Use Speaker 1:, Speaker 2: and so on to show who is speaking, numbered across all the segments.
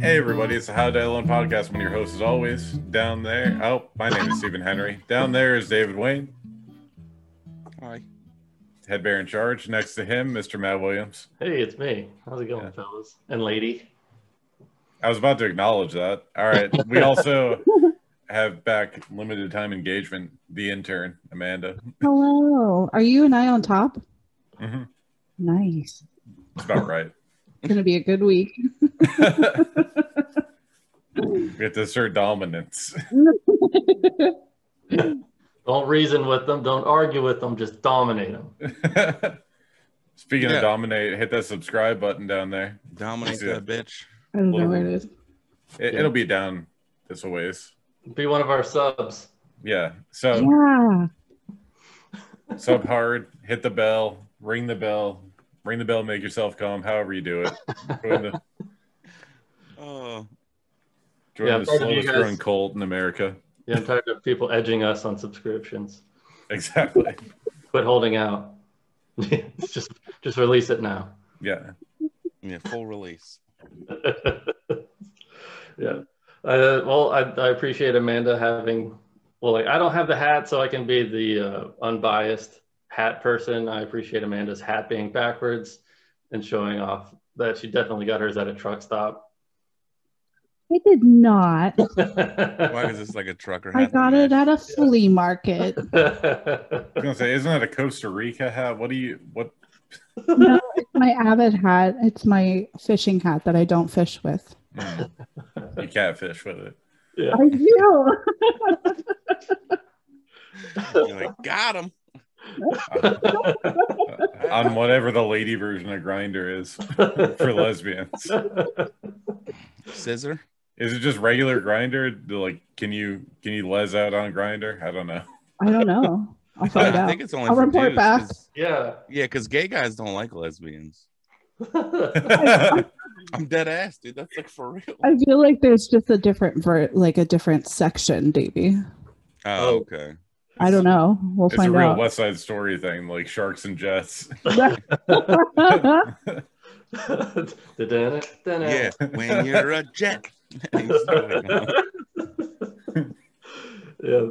Speaker 1: Hey everybody, it's the How to Alone podcast. I'm your host as always. Down there, oh, my name is Stephen Henry. Down there is David Wayne,
Speaker 2: Hi.
Speaker 1: head bear in charge. Next to him, Mr. Matt Williams.
Speaker 3: Hey, it's me. How's it going,
Speaker 1: Yeah.
Speaker 3: fellas and lady?
Speaker 1: I was about to acknowledge that. All right, we also have back limited time engagement. The intern, Amanda.
Speaker 4: Hello. Are you and I on top?
Speaker 1: Mhm,
Speaker 4: Nice.
Speaker 1: It's about right.
Speaker 4: It's gonna be a good week.
Speaker 1: we have to assert dominance.
Speaker 3: Don't reason with them. Don't argue with them. Just dominate them.
Speaker 1: Speaking
Speaker 2: Yeah.
Speaker 1: of dominate, hit that subscribe button down there.
Speaker 2: Dominate
Speaker 1: Yeah.
Speaker 2: that bitch.
Speaker 4: I don't know where it is.
Speaker 1: It,
Speaker 3: Yeah.
Speaker 1: It'll be down this a ways.
Speaker 3: Be one of our subs.
Speaker 1: Yeah. So
Speaker 4: Yeah.
Speaker 1: sub hard, hit the bell, ring the bell, ring the bell, make yourself calm, however you do it. Join the,
Speaker 2: Oh,
Speaker 1: join
Speaker 3: Yeah,
Speaker 1: the
Speaker 3: part of you
Speaker 1: slowest
Speaker 3: guys-
Speaker 1: growing cult in America.
Speaker 3: Yeah, I'm tired of people edging us on subscriptions.
Speaker 1: Exactly.
Speaker 3: Quit holding out. just just release it now.
Speaker 1: Yeah.
Speaker 2: yeah, full release.
Speaker 3: yeah. Uh, well, I, I appreciate Amanda having. Well, like I don't have the hat, so I can be the uh, unbiased hat person. I appreciate Amanda's hat being backwards and showing off that she definitely got hers at a truck stop.
Speaker 4: I did not.
Speaker 2: Why is this like a trucker hat?
Speaker 4: I got it at a flea market.
Speaker 1: I was gonna say, isn't that a Costa Rica hat? What do you what
Speaker 4: No, it's my avid hat. It's my fishing hat that I don't fish with.
Speaker 1: mm, you catfish with it?
Speaker 3: yeah.
Speaker 4: I do.
Speaker 2: You're like, got him.
Speaker 1: Uh, on whatever the lady version of grinder is for lesbians.
Speaker 2: Scissor.
Speaker 1: Is it just regular grinder? Like can you can you les out on grinder? I don't know.
Speaker 4: I don't know. I'll
Speaker 2: I
Speaker 4: find out.
Speaker 2: think it's only
Speaker 4: I'll
Speaker 2: for
Speaker 4: report
Speaker 2: dudes,
Speaker 4: back.
Speaker 2: 'cause-
Speaker 3: yeah.
Speaker 2: Yeah, because gay guys don't like lesbians. I'm dead ass, dude. That's like for real.
Speaker 4: I feel like there's just a different ver- like a different section, Davey.
Speaker 2: Oh, okay.
Speaker 4: I don't know. We'll
Speaker 1: it's a
Speaker 4: find
Speaker 1: real
Speaker 4: out.
Speaker 1: West Side story thing, like sharks and jets.
Speaker 2: Yeah, when you're a jet.
Speaker 3: yeah,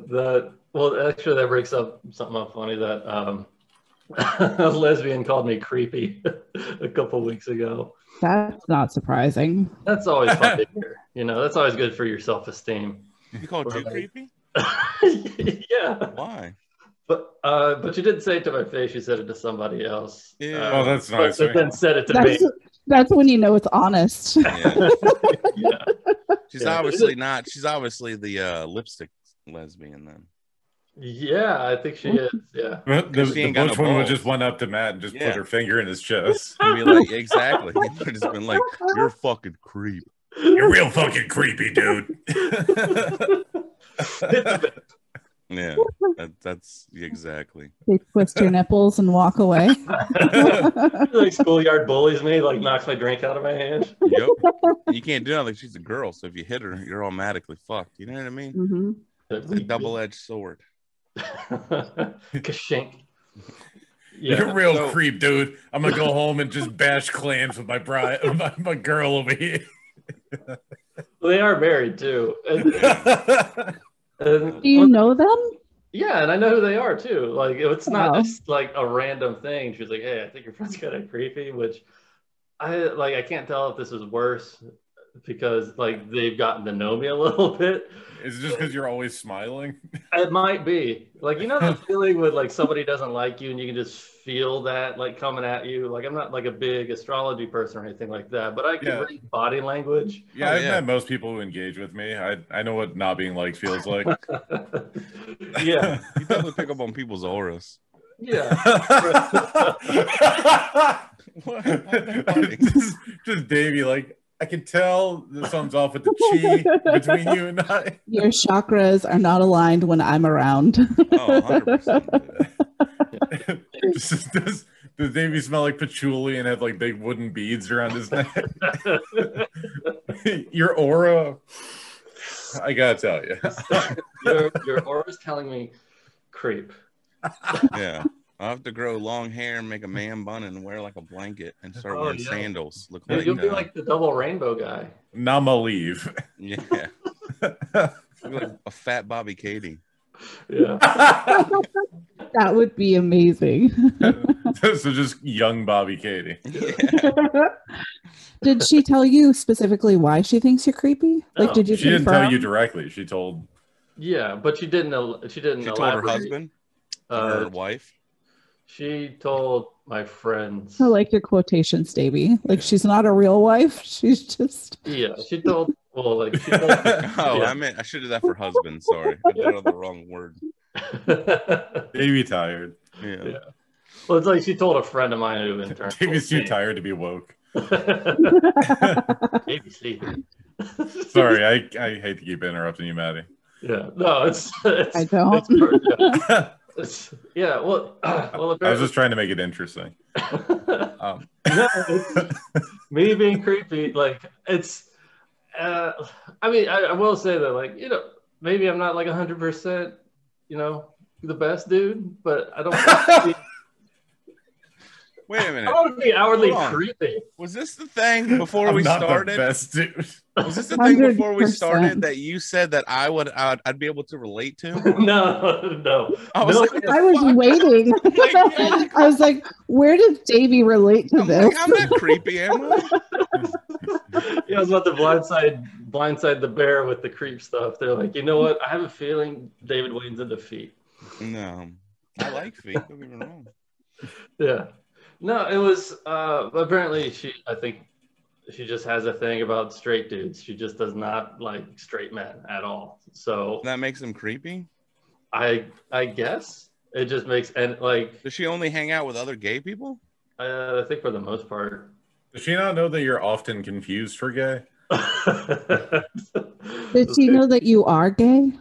Speaker 3: that. Well, actually, that breaks up something up funny that um, a lesbian called me creepy a couple weeks ago.
Speaker 4: That's not surprising.
Speaker 3: That's always fun to hear. You know, that's always good for your self esteem.
Speaker 2: you called you creepy?
Speaker 3: yeah,
Speaker 2: Why?
Speaker 3: but uh, but you didn't say it to my face. You said it to somebody else.
Speaker 2: Ew.
Speaker 3: Uh,
Speaker 1: Oh, that's
Speaker 3: but-
Speaker 1: nice.
Speaker 3: but then said it to me.
Speaker 4: That's that's when you know it's honest.
Speaker 2: Yeah.
Speaker 3: Yeah.
Speaker 2: She's
Speaker 3: Yeah.
Speaker 2: obviously not. She's obviously the uh, lipstick lesbian then.
Speaker 3: yeah, I think she is. Yeah.
Speaker 1: The, the,
Speaker 2: She
Speaker 1: the
Speaker 2: ain't got
Speaker 1: Bush
Speaker 2: no
Speaker 1: woman would
Speaker 2: balls.
Speaker 1: just went up to Matt and just
Speaker 2: Yeah.
Speaker 1: put her finger in his chest.
Speaker 2: And be like, exactly. You've just been like, you're a fucking creep.
Speaker 1: You're real fucking creepy, dude.
Speaker 2: Yeah, that, that's exactly.
Speaker 4: they twist your nipples and walk away.
Speaker 3: like schoolyard bullies me, like knocks my drink out of my hand.
Speaker 2: Yep. You can't do nothing. She's a girl, so if you hit her, you're automatically fucked. You know what I mean?
Speaker 4: hmm
Speaker 2: It's a double-edged sword.
Speaker 3: Kashink.
Speaker 1: You're a
Speaker 3: Yeah.
Speaker 1: real
Speaker 2: so-
Speaker 1: creep, dude. I'm gonna go home and just bash clams with my bride, with my, my girl over here.
Speaker 3: Well, they are married too. And, and-
Speaker 4: Do you know them?
Speaker 3: yeah, and I know who they are too. Like it's not
Speaker 4: Wow.
Speaker 3: just like a random thing. She was like, "Hey, I think your friend's kind of creepy," which I like. I can't tell if this is worse because like they've gotten to know me a little bit.
Speaker 1: Is it just because you're always smiling?
Speaker 3: It might be like you know the feeling when like somebody doesn't like you and you can just feel that like coming at you. Like I'm not like a big astrology person or anything like that, but I can
Speaker 1: Yeah.
Speaker 3: read body language.
Speaker 1: Yeah,
Speaker 2: Oh,
Speaker 1: I've
Speaker 2: yeah.
Speaker 1: met most people who engage with me. I I know what not being like feels like.
Speaker 3: yeah,
Speaker 2: You definitely pick up on people's auras.
Speaker 3: yeah,
Speaker 2: What?
Speaker 1: just, just Davey, like I can tell that something's off with the chi between you and I.
Speaker 4: Your chakras are not aligned when I'm around.
Speaker 2: Oh, 100%.
Speaker 1: Does, does, does Davey smell like patchouli and have like big wooden beads around his neck? Your aura, I gotta tell you,
Speaker 3: your your aura's telling me creep.
Speaker 2: Yeah. I'll have to grow long hair and make a man bun and wear like a blanket and start
Speaker 3: Oh,
Speaker 2: wearing
Speaker 3: yeah.
Speaker 2: sandals. Look
Speaker 3: Dude,
Speaker 2: like,
Speaker 3: you'll be
Speaker 2: uh,
Speaker 3: like the double rainbow guy.
Speaker 1: Nama leave.
Speaker 2: yeah, look like a fat Bobby Katie.
Speaker 3: Yeah.
Speaker 4: That would be amazing.
Speaker 1: so just young Bobby Katie.
Speaker 2: Yeah.
Speaker 4: did she tell you specifically why she thinks you're creepy? Like,
Speaker 3: No,
Speaker 4: did you
Speaker 1: She didn't tell
Speaker 4: confirm?
Speaker 1: you directly. She told
Speaker 3: Yeah, but she didn't. el- She didn't.
Speaker 2: She told her
Speaker 3: elaborate.
Speaker 2: husband, or her
Speaker 3: Uh,
Speaker 2: wife.
Speaker 3: she told my friends.
Speaker 4: I like your quotations, Davey. Like, she's not a real wife. She's just.
Speaker 3: Yeah, she told. Well, like she told.
Speaker 2: Oh, I meant I should do that for husband. Sorry, I did it on the wrong word.
Speaker 1: Davey tired.
Speaker 2: Yeah.
Speaker 3: Yeah. well, it's like she told a friend of mine who interned.
Speaker 1: Davey's too tired to be woke.
Speaker 3: ABC.
Speaker 1: Sorry, I, I hate to keep interrupting you, Maddie.
Speaker 3: Yeah. No, it's. it's
Speaker 4: I don't.
Speaker 3: It's, per- yeah,
Speaker 1: I
Speaker 3: it's, yeah. Well. well.
Speaker 1: was
Speaker 3: Apparently,
Speaker 1: just trying to make it interesting. Um,
Speaker 3: No, it's- me being creepy, like it's. Uh, I mean, I, I will say that, like you know, maybe I'm not like 100, percent you know, the best dude, but I don't. want to be-
Speaker 2: Wait a
Speaker 3: I
Speaker 2: minute.
Speaker 3: want to be outwardly
Speaker 2: Hold on.
Speaker 3: creepy.
Speaker 2: Was this the thing before
Speaker 1: I'm
Speaker 2: we
Speaker 1: not
Speaker 2: started?
Speaker 1: The best dude.
Speaker 2: Was this the thing before we
Speaker 4: 100%.
Speaker 2: started that you said that I would I'd, I'd be able to relate to?
Speaker 3: no, no.
Speaker 2: I was
Speaker 3: No,
Speaker 2: like, what the
Speaker 4: I was
Speaker 2: fuck?
Speaker 4: waiting.
Speaker 2: Like,
Speaker 4: I was like, where does Davey relate
Speaker 1: Oh
Speaker 4: to
Speaker 2: I'm, like,
Speaker 4: this?
Speaker 2: I'm not creepy, am I?
Speaker 3: Yeah, I was about to blindside blindside the bear with the creep stuff. They're like, you know what? I have a feeling David Wayne's in defeat.
Speaker 2: No, I like feet. Don't get me wrong.
Speaker 3: Yeah. No, it was uh apparently she I think she just has a thing about straight dudes. She just does not like straight men at all. So
Speaker 2: That makes them creepy.
Speaker 3: I I guess it just makes and like
Speaker 2: Does she only hang out with other gay people?
Speaker 3: uh, I think for the most part.
Speaker 1: Does she not know that you're often confused for gay?
Speaker 4: Did she know that you are gay?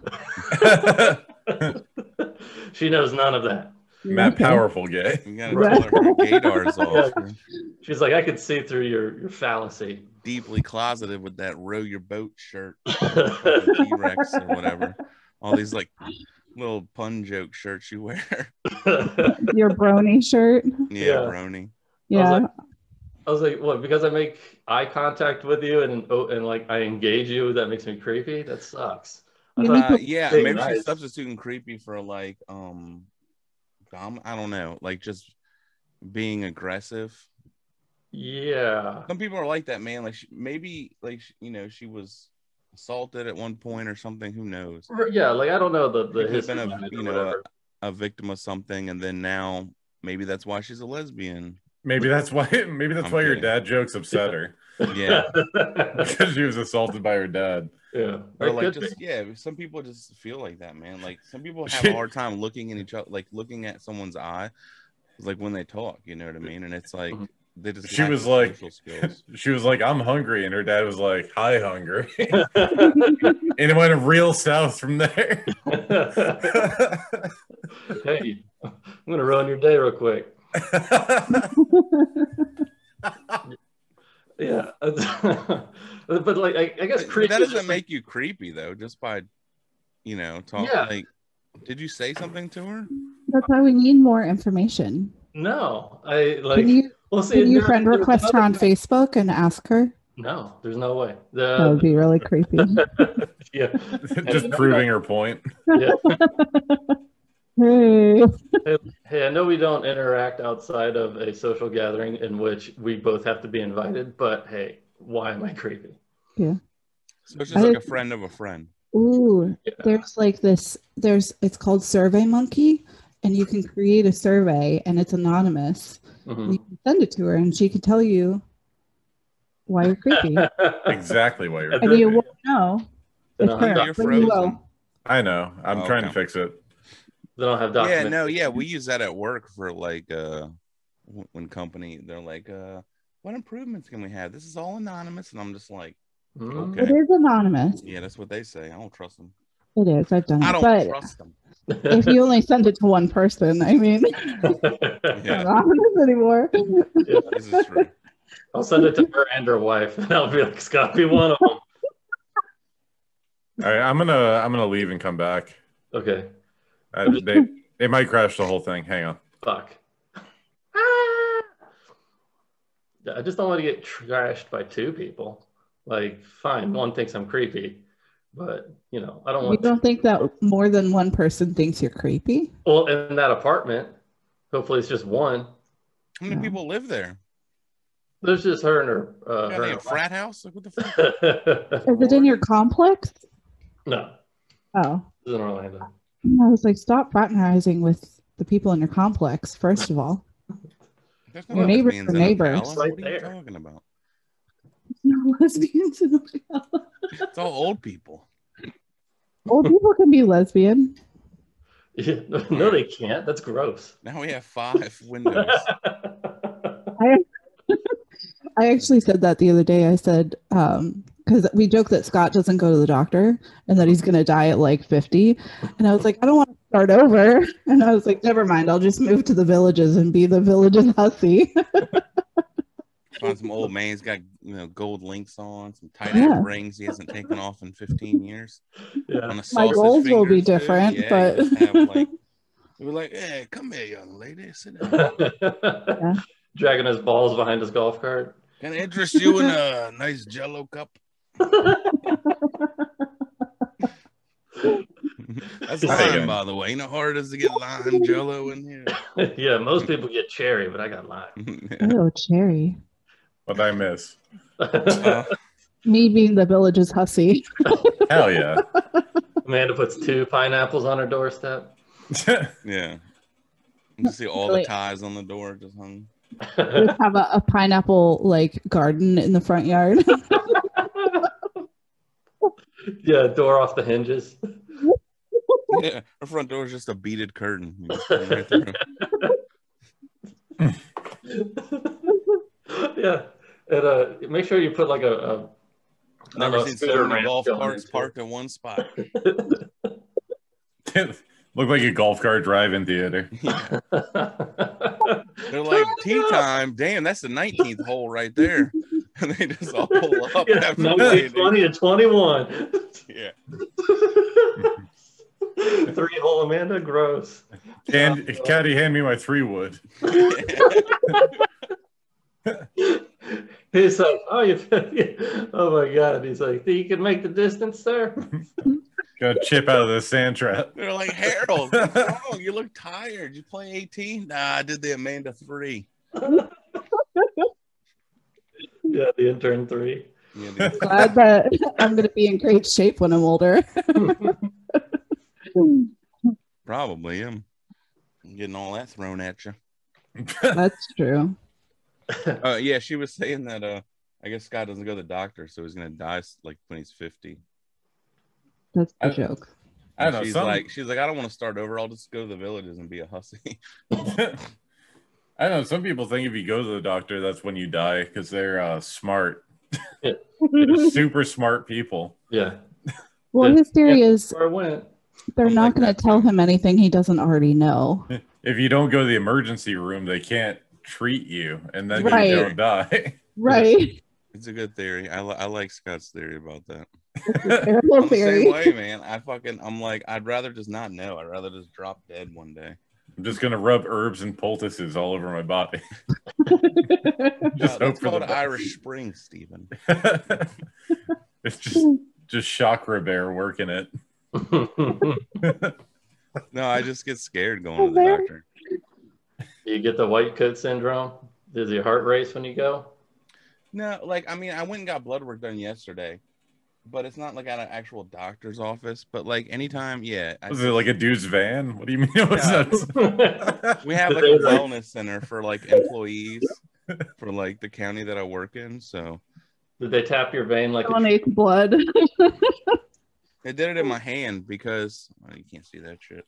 Speaker 3: she knows none of that.
Speaker 1: Matt
Speaker 4: Okay.
Speaker 1: Powerful gay.
Speaker 2: You gotta tell her her gaydar's off. You're
Speaker 3: She's like, I could see through your your fallacy.
Speaker 2: deeply closeted with that row your boat shirt, T Rex or whatever. All these like little pun joke shirts you wear.
Speaker 4: Your brony shirt.
Speaker 2: Yeah,
Speaker 3: Yeah.
Speaker 2: Rony.
Speaker 4: Yeah.
Speaker 3: like- I was like, what? Because I make eye contact with you and oh, and like I engage you, that makes me creepy. That sucks. I
Speaker 4: You
Speaker 3: thought-
Speaker 4: need
Speaker 2: Uh, yeah,
Speaker 3: Hey,
Speaker 2: maybe
Speaker 3: guys.
Speaker 2: she's substituting creepy for like um, dom- I don't know, like just being aggressive.
Speaker 3: yeah,
Speaker 2: Some people are like that, man. Like she, maybe like she, you know she was assaulted at one point or something. Who knows?
Speaker 3: R- yeah. Like I don't know the
Speaker 2: It
Speaker 3: the
Speaker 2: could've been
Speaker 3: history.
Speaker 2: a-
Speaker 3: behind it or
Speaker 2: you know,
Speaker 3: whatever.
Speaker 2: A victim of something, and then now maybe that's why she's a lesbian.
Speaker 1: Maybe that's why. Maybe that's
Speaker 2: I'm
Speaker 1: why your
Speaker 2: kidding.
Speaker 1: dad jokes upset her
Speaker 2: uh, Yeah.
Speaker 1: because she was assaulted by her dad.
Speaker 3: yeah. Or
Speaker 2: Or
Speaker 3: it
Speaker 2: like
Speaker 3: could
Speaker 2: just yeah, some people just feel like that, man. Like some people have
Speaker 1: Shit.
Speaker 2: a hard time looking in each other, like looking at someone's eye, like when they talk. You know what I mean? And it's like
Speaker 3: Mhm.
Speaker 2: they just
Speaker 1: Mm-hmm. She
Speaker 2: lack
Speaker 1: was
Speaker 2: the
Speaker 1: like-
Speaker 2: social skills.
Speaker 1: She was like, "I'm hungry," and her dad was like, "Hi, hungry," and
Speaker 3: be.
Speaker 1: it went real south from there.
Speaker 3: hey, I'm gonna ruin your day real quick. Yeah, but like I, I guess
Speaker 2: But
Speaker 3: creepy.
Speaker 2: that
Speaker 3: is
Speaker 2: doesn't
Speaker 3: just, like,
Speaker 2: make you creepy though, just by you know talking.
Speaker 3: Yeah.
Speaker 2: Like, did you say something to her?
Speaker 4: That's why we need more information.
Speaker 3: no. I like.
Speaker 4: Can you
Speaker 3: we'll see.
Speaker 4: can you
Speaker 3: there-
Speaker 4: friend
Speaker 3: there's
Speaker 4: request her
Speaker 3: another-
Speaker 4: on Facebook and ask her?
Speaker 3: No, there's no way. The-
Speaker 4: That would be really creepy.
Speaker 3: yeah.
Speaker 1: Just proving her point.
Speaker 4: Hey.
Speaker 3: Hey, I know we don't interact outside of a social gathering in which we both have to be invited, but hey, why am I creepy?
Speaker 2: So it's
Speaker 4: I-
Speaker 2: just like a friend of a friend.
Speaker 4: Ooh,
Speaker 3: Yeah.
Speaker 4: there's like this. There's it's called Survey Monkey, and you can create a survey, and it's anonymous.
Speaker 3: Mhm.
Speaker 4: Send it to her, and she could tell you why you're creepy.
Speaker 1: Exactly what you're.
Speaker 3: And
Speaker 4: and you
Speaker 1: Doing.
Speaker 4: won't know.
Speaker 3: Then
Speaker 4: for
Speaker 3: I'll have
Speaker 2: You're
Speaker 4: sure, but you
Speaker 2: frozen.
Speaker 4: will.
Speaker 1: I know. I'm
Speaker 2: Oh,
Speaker 1: trying to
Speaker 2: okay.
Speaker 1: fix it.
Speaker 3: Then I'll have
Speaker 2: Yeah,
Speaker 3: documents.
Speaker 2: no, yeah, we use that at work for like uh wh- when company they're like uh what improvements can we have? This is all anonymous, and I'm just like,
Speaker 3: Mhm.
Speaker 2: Okay.
Speaker 4: It is anonymous.
Speaker 2: yeah, that's what they say. I don't trust them.
Speaker 4: It is. I've done it.
Speaker 2: I don't
Speaker 4: but
Speaker 2: trust them.
Speaker 3: Hmm?
Speaker 4: if you only send it to one person, I mean, it's not
Speaker 2: Yeah,
Speaker 4: anonymous anymore.
Speaker 2: this is true.
Speaker 3: I'll send it to her and her wife, and I'll be like, it's got to be one of them.
Speaker 1: All right, I'm gonna I'm gonna leave and come back.
Speaker 3: Okay.
Speaker 1: Uh, they, it might crash the whole thing. Hang on.
Speaker 3: Fuck. Ah! I just don't want to get trashed by two people. Like, fine, one thinks I'm creepy, but you know, I don't
Speaker 4: Mm-hmm. You
Speaker 3: want.
Speaker 4: don't think that more than one person thinks you're creepy?
Speaker 3: Well, in that apartment, hopefully it's just one.
Speaker 2: How many
Speaker 4: No.
Speaker 2: people live there?
Speaker 3: There's just her and her. Uh,
Speaker 2: Got
Speaker 3: her
Speaker 2: like a
Speaker 3: and
Speaker 2: frat house? Like, what the fuck?
Speaker 3: her-
Speaker 4: Is it in your complex?
Speaker 3: no,
Speaker 4: Oh,
Speaker 3: this is in Orlando.
Speaker 4: I was like, stop fraternizing with the people in your complex, first of all.
Speaker 2: There's
Speaker 4: Your neighbors
Speaker 2: lesbians
Speaker 4: are
Speaker 2: in a
Speaker 4: neighbors.
Speaker 2: palace.
Speaker 3: Right
Speaker 2: what are you
Speaker 3: there.
Speaker 2: talking about?
Speaker 4: No lesbians in the house.
Speaker 2: It's all old people.
Speaker 4: Old people can be lesbian.
Speaker 3: Yeah, no, they can't. That's gross.
Speaker 2: Now we have five windows.
Speaker 4: I actually said that the other day. I said, um, because we joke that Scott doesn't go to the doctor and that he's going to die at like 50. And I was like, I don't want to start over. And I was like, never mind. I'll just move to the villages and be the villages hussy.
Speaker 2: Find some old man. He's got you know gold links on, some tight
Speaker 4: Yeah.
Speaker 2: rings he hasn't taken off in 15 years.
Speaker 3: yeah.
Speaker 2: On a
Speaker 4: My
Speaker 2: sausage
Speaker 4: goals will be
Speaker 2: fingers, too.
Speaker 4: different,
Speaker 2: Yeah,
Speaker 4: but-
Speaker 2: you just have, like, they were like, "Hey, come here, young lady. Sit down. Can
Speaker 3: Dragging his balls behind his golf cart.
Speaker 2: I interest you in a nice Jello cup?" That's
Speaker 1: All right,
Speaker 2: lime,
Speaker 1: guys.
Speaker 2: by the way. You know how hard it is to get lime Jello in here.
Speaker 3: yeah, most people get cherry, but I got lime.
Speaker 2: Yeah.
Speaker 4: oh, cherry.
Speaker 1: What I miss?
Speaker 2: Uh,
Speaker 4: Me being the villages hussy.
Speaker 1: Hell yeah.
Speaker 3: Amanda puts two pineapples on her doorstep.
Speaker 2: yeah. You see all the
Speaker 4: Really?
Speaker 2: ties on the door just hung.
Speaker 4: Just have a, a pineapple like garden in the front yard.
Speaker 3: yeah, door off the hinges.
Speaker 2: Yeah, her front door is just a beaded curtain. You just come right through.
Speaker 3: yeah. And uh, make sure you put like a, a I don't know,
Speaker 2: Never seen
Speaker 3: scooter
Speaker 2: so many
Speaker 3: ramp
Speaker 2: golf
Speaker 3: going
Speaker 2: carts
Speaker 3: into it.
Speaker 2: parked in one spot.
Speaker 1: Look like a golf cart drive-in theater.
Speaker 2: Yeah. They're
Speaker 3: They're
Speaker 2: like tea time. Damn, that's the 19th hole right there. And they just all pull up.
Speaker 3: Yeah,
Speaker 2: after they do-
Speaker 3: 19, 20 to 21.
Speaker 2: yeah.
Speaker 3: Three hole Amanda, gross.
Speaker 1: And Caddy, hand me my three wood.
Speaker 3: He's like, oh, you, oh my god. He's like, you can make the distance, sir.
Speaker 1: Got a chip out of the sand trap.
Speaker 2: They're like, Harold, what's wrong? You look tired. You play 18? Nah, I did the Amanda three.
Speaker 3: Yeah, the intern three.
Speaker 2: Yeah, the-
Speaker 4: Glad that I'm going to be in great shape when I'm older.
Speaker 2: probably am. I'm getting all that thrown at you.
Speaker 4: That's true.
Speaker 2: Uh, yeah, she was saying that. Uh, I guess Scott doesn't go to the doctor, so he's gonna die like when he's 50.
Speaker 4: That's the
Speaker 1: I-
Speaker 4: joke.
Speaker 1: I don't know.
Speaker 2: she's
Speaker 1: some-
Speaker 2: like, she's like, I don't want to start over. I'll just go to the villages and be a hussy.
Speaker 1: I don't know. Some people think if you go to the doctor, that's when you die because they're uh, smart, They're super smart people.
Speaker 3: Yeah.
Speaker 4: well, his theory is
Speaker 3: Where I went.
Speaker 4: they're
Speaker 2: I'm
Speaker 4: not
Speaker 2: like
Speaker 4: going
Speaker 2: that
Speaker 4: to tell
Speaker 2: too.
Speaker 4: him anything he doesn't already know.
Speaker 1: If you don't go to the emergency room, they can't treat you, and then
Speaker 4: Right.
Speaker 1: you don't die.
Speaker 4: Right.
Speaker 2: It's a good theory. I, li- I like Scott's theory about that.
Speaker 4: Terrible
Speaker 2: I'm the same
Speaker 4: theory.
Speaker 2: way, man. I fucking, I'm like, I'd rather just not know. I'd rather just drop dead one day.
Speaker 1: I'm just gonna rub herbs and poultices all over my body.
Speaker 2: Uh,
Speaker 1: just hope
Speaker 2: that's
Speaker 1: for
Speaker 2: called
Speaker 1: the
Speaker 2: Irish Spring, Stephen.
Speaker 1: best. it's just just chakra bear working it.
Speaker 2: No, I just get scared going to the
Speaker 4: Hilarious.
Speaker 2: doctor.
Speaker 3: you get the white coat syndrome. Does your heart race when you go?
Speaker 2: No, like I mean, I went and got blood work done yesterday, but it's not like at an actual doctor's office. But like anytime, yeah, I,
Speaker 1: Was it like a dude's van? What do you mean? It was
Speaker 2: Yeah.
Speaker 1: a-
Speaker 2: we have
Speaker 3: But
Speaker 2: like
Speaker 3: they
Speaker 2: a
Speaker 3: like-
Speaker 2: wellness center for like employees for like the county that I work in. So
Speaker 3: Did they tap your vein like
Speaker 4: Someone
Speaker 3: a
Speaker 4: ate blood.
Speaker 2: they did it in my hand because oh, you can't see that shit.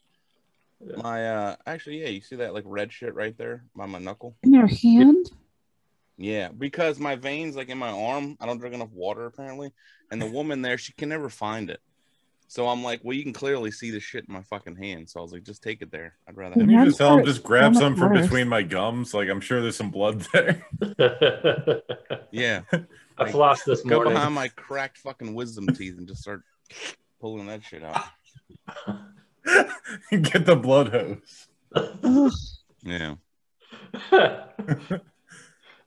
Speaker 3: Yeah.
Speaker 2: My uh, actually, yeah, you see that like red shit right there by my knuckle.
Speaker 4: in your hand?
Speaker 2: Yeah, because my veins, like in my arm, I don't drink enough water apparently. And the woman there, she can never find it. So I'm like, well, you can clearly see the shit in my fucking hand. So I was like, just take it there. I'd rather have
Speaker 1: Can you
Speaker 4: That's
Speaker 1: just tell him
Speaker 4: hurt
Speaker 1: just grab
Speaker 4: so much
Speaker 1: some from
Speaker 4: worse.
Speaker 1: between my gums? Like I'm sure there's some blood there.
Speaker 2: Yeah.
Speaker 3: I flossed this
Speaker 2: Go
Speaker 3: morning.
Speaker 2: behind my cracked fucking wisdom teeth and just start pulling that shit out.
Speaker 1: Get the blood hose.
Speaker 4: Ugh,
Speaker 2: Yeah.
Speaker 3: but,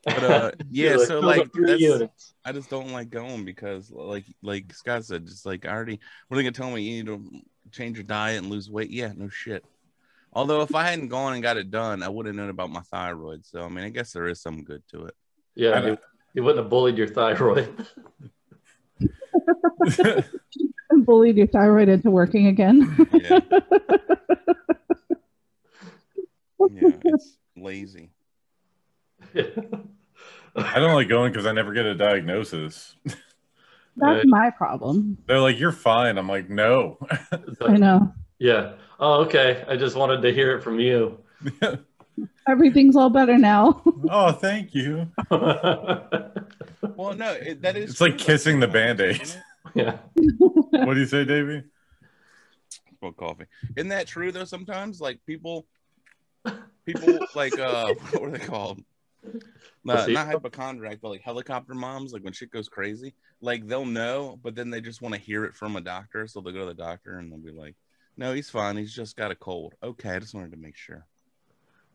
Speaker 2: But uh, yeah, so like that's, I just don't like going because like like Scott said, just like I already what are they gonna tell me? You need to change your diet and lose weight. Yeah, no shit. Although if I hadn't gone and got it done, I would have known about my thyroid. So I mean I guess there is some good to it.
Speaker 3: yeah,
Speaker 1: I know.
Speaker 3: you, you wouldn't have bullied your thyroid.
Speaker 4: And bullied your thyroid into working again.
Speaker 2: Yeah. yeah, it's lazy.
Speaker 1: I don't like going because I never get a diagnosis.
Speaker 4: That's
Speaker 3: Right.
Speaker 4: my problem.
Speaker 1: They're like, "You're fine." I'm like, "No."
Speaker 3: It's
Speaker 4: I
Speaker 3: like,
Speaker 4: know.
Speaker 3: yeah. Oh, okay. I just wanted to hear it from you.
Speaker 4: Everything's all better now.
Speaker 1: oh, thank you.
Speaker 2: Well, no, it, that is
Speaker 1: It's like
Speaker 2: true, though.
Speaker 1: kissing the Band-Aid.
Speaker 3: yeah.
Speaker 1: What do you say, Davey?
Speaker 2: smoke coffee. Isn't that true though? Sometimes, like people, people like uh, what are they called? Uh,
Speaker 3: Placebo?
Speaker 2: not hypochondriac, but like helicopter moms. Like when shit goes crazy, like they'll know, but then they just want to hear it from a doctor, so they'll go to the doctor and they'll be like, "No, he's fine. He's just got a cold." Okay, I just wanted to make sure.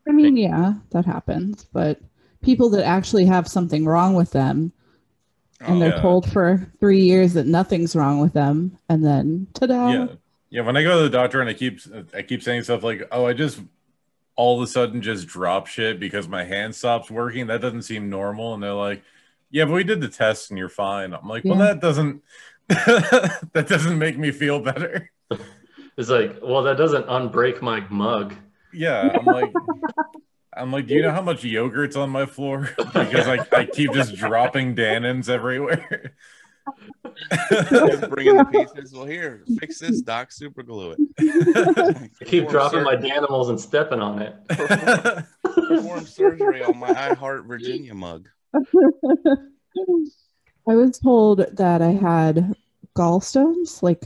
Speaker 4: I mean, yeah, that happens. But people that actually have something wrong with them and
Speaker 1: Oh,
Speaker 4: they're
Speaker 1: yeah.
Speaker 4: told for three years that nothing's wrong with them, and then ta-da!
Speaker 1: yeah, yeah. When I go to the doctor and I keep I keep saying stuff like, "Oh, I just all of a sudden just drop shit because my hand stops working," that doesn't seem normal, and they're like, "Yeah, but we did the test and you're fine." I'm like, "Well,
Speaker 4: Yeah.
Speaker 1: that doesn't." that doesn't make me feel better.
Speaker 3: It's like, well, that doesn't unbreak my mug.
Speaker 1: Yeah, I'm like, I'm like, do you know how much yogurt's on my floor? Because I, I keep just dropping Danons everywhere.
Speaker 2: Just bring in the pieces. Well, here, fix this, doc. Super glue it.
Speaker 3: I keep
Speaker 2: Perform
Speaker 3: dropping
Speaker 2: sur-
Speaker 3: my Danimals and stepping on it.
Speaker 2: perform surgery on my I Heart Virginia mug.
Speaker 4: I was told that I had gallstones like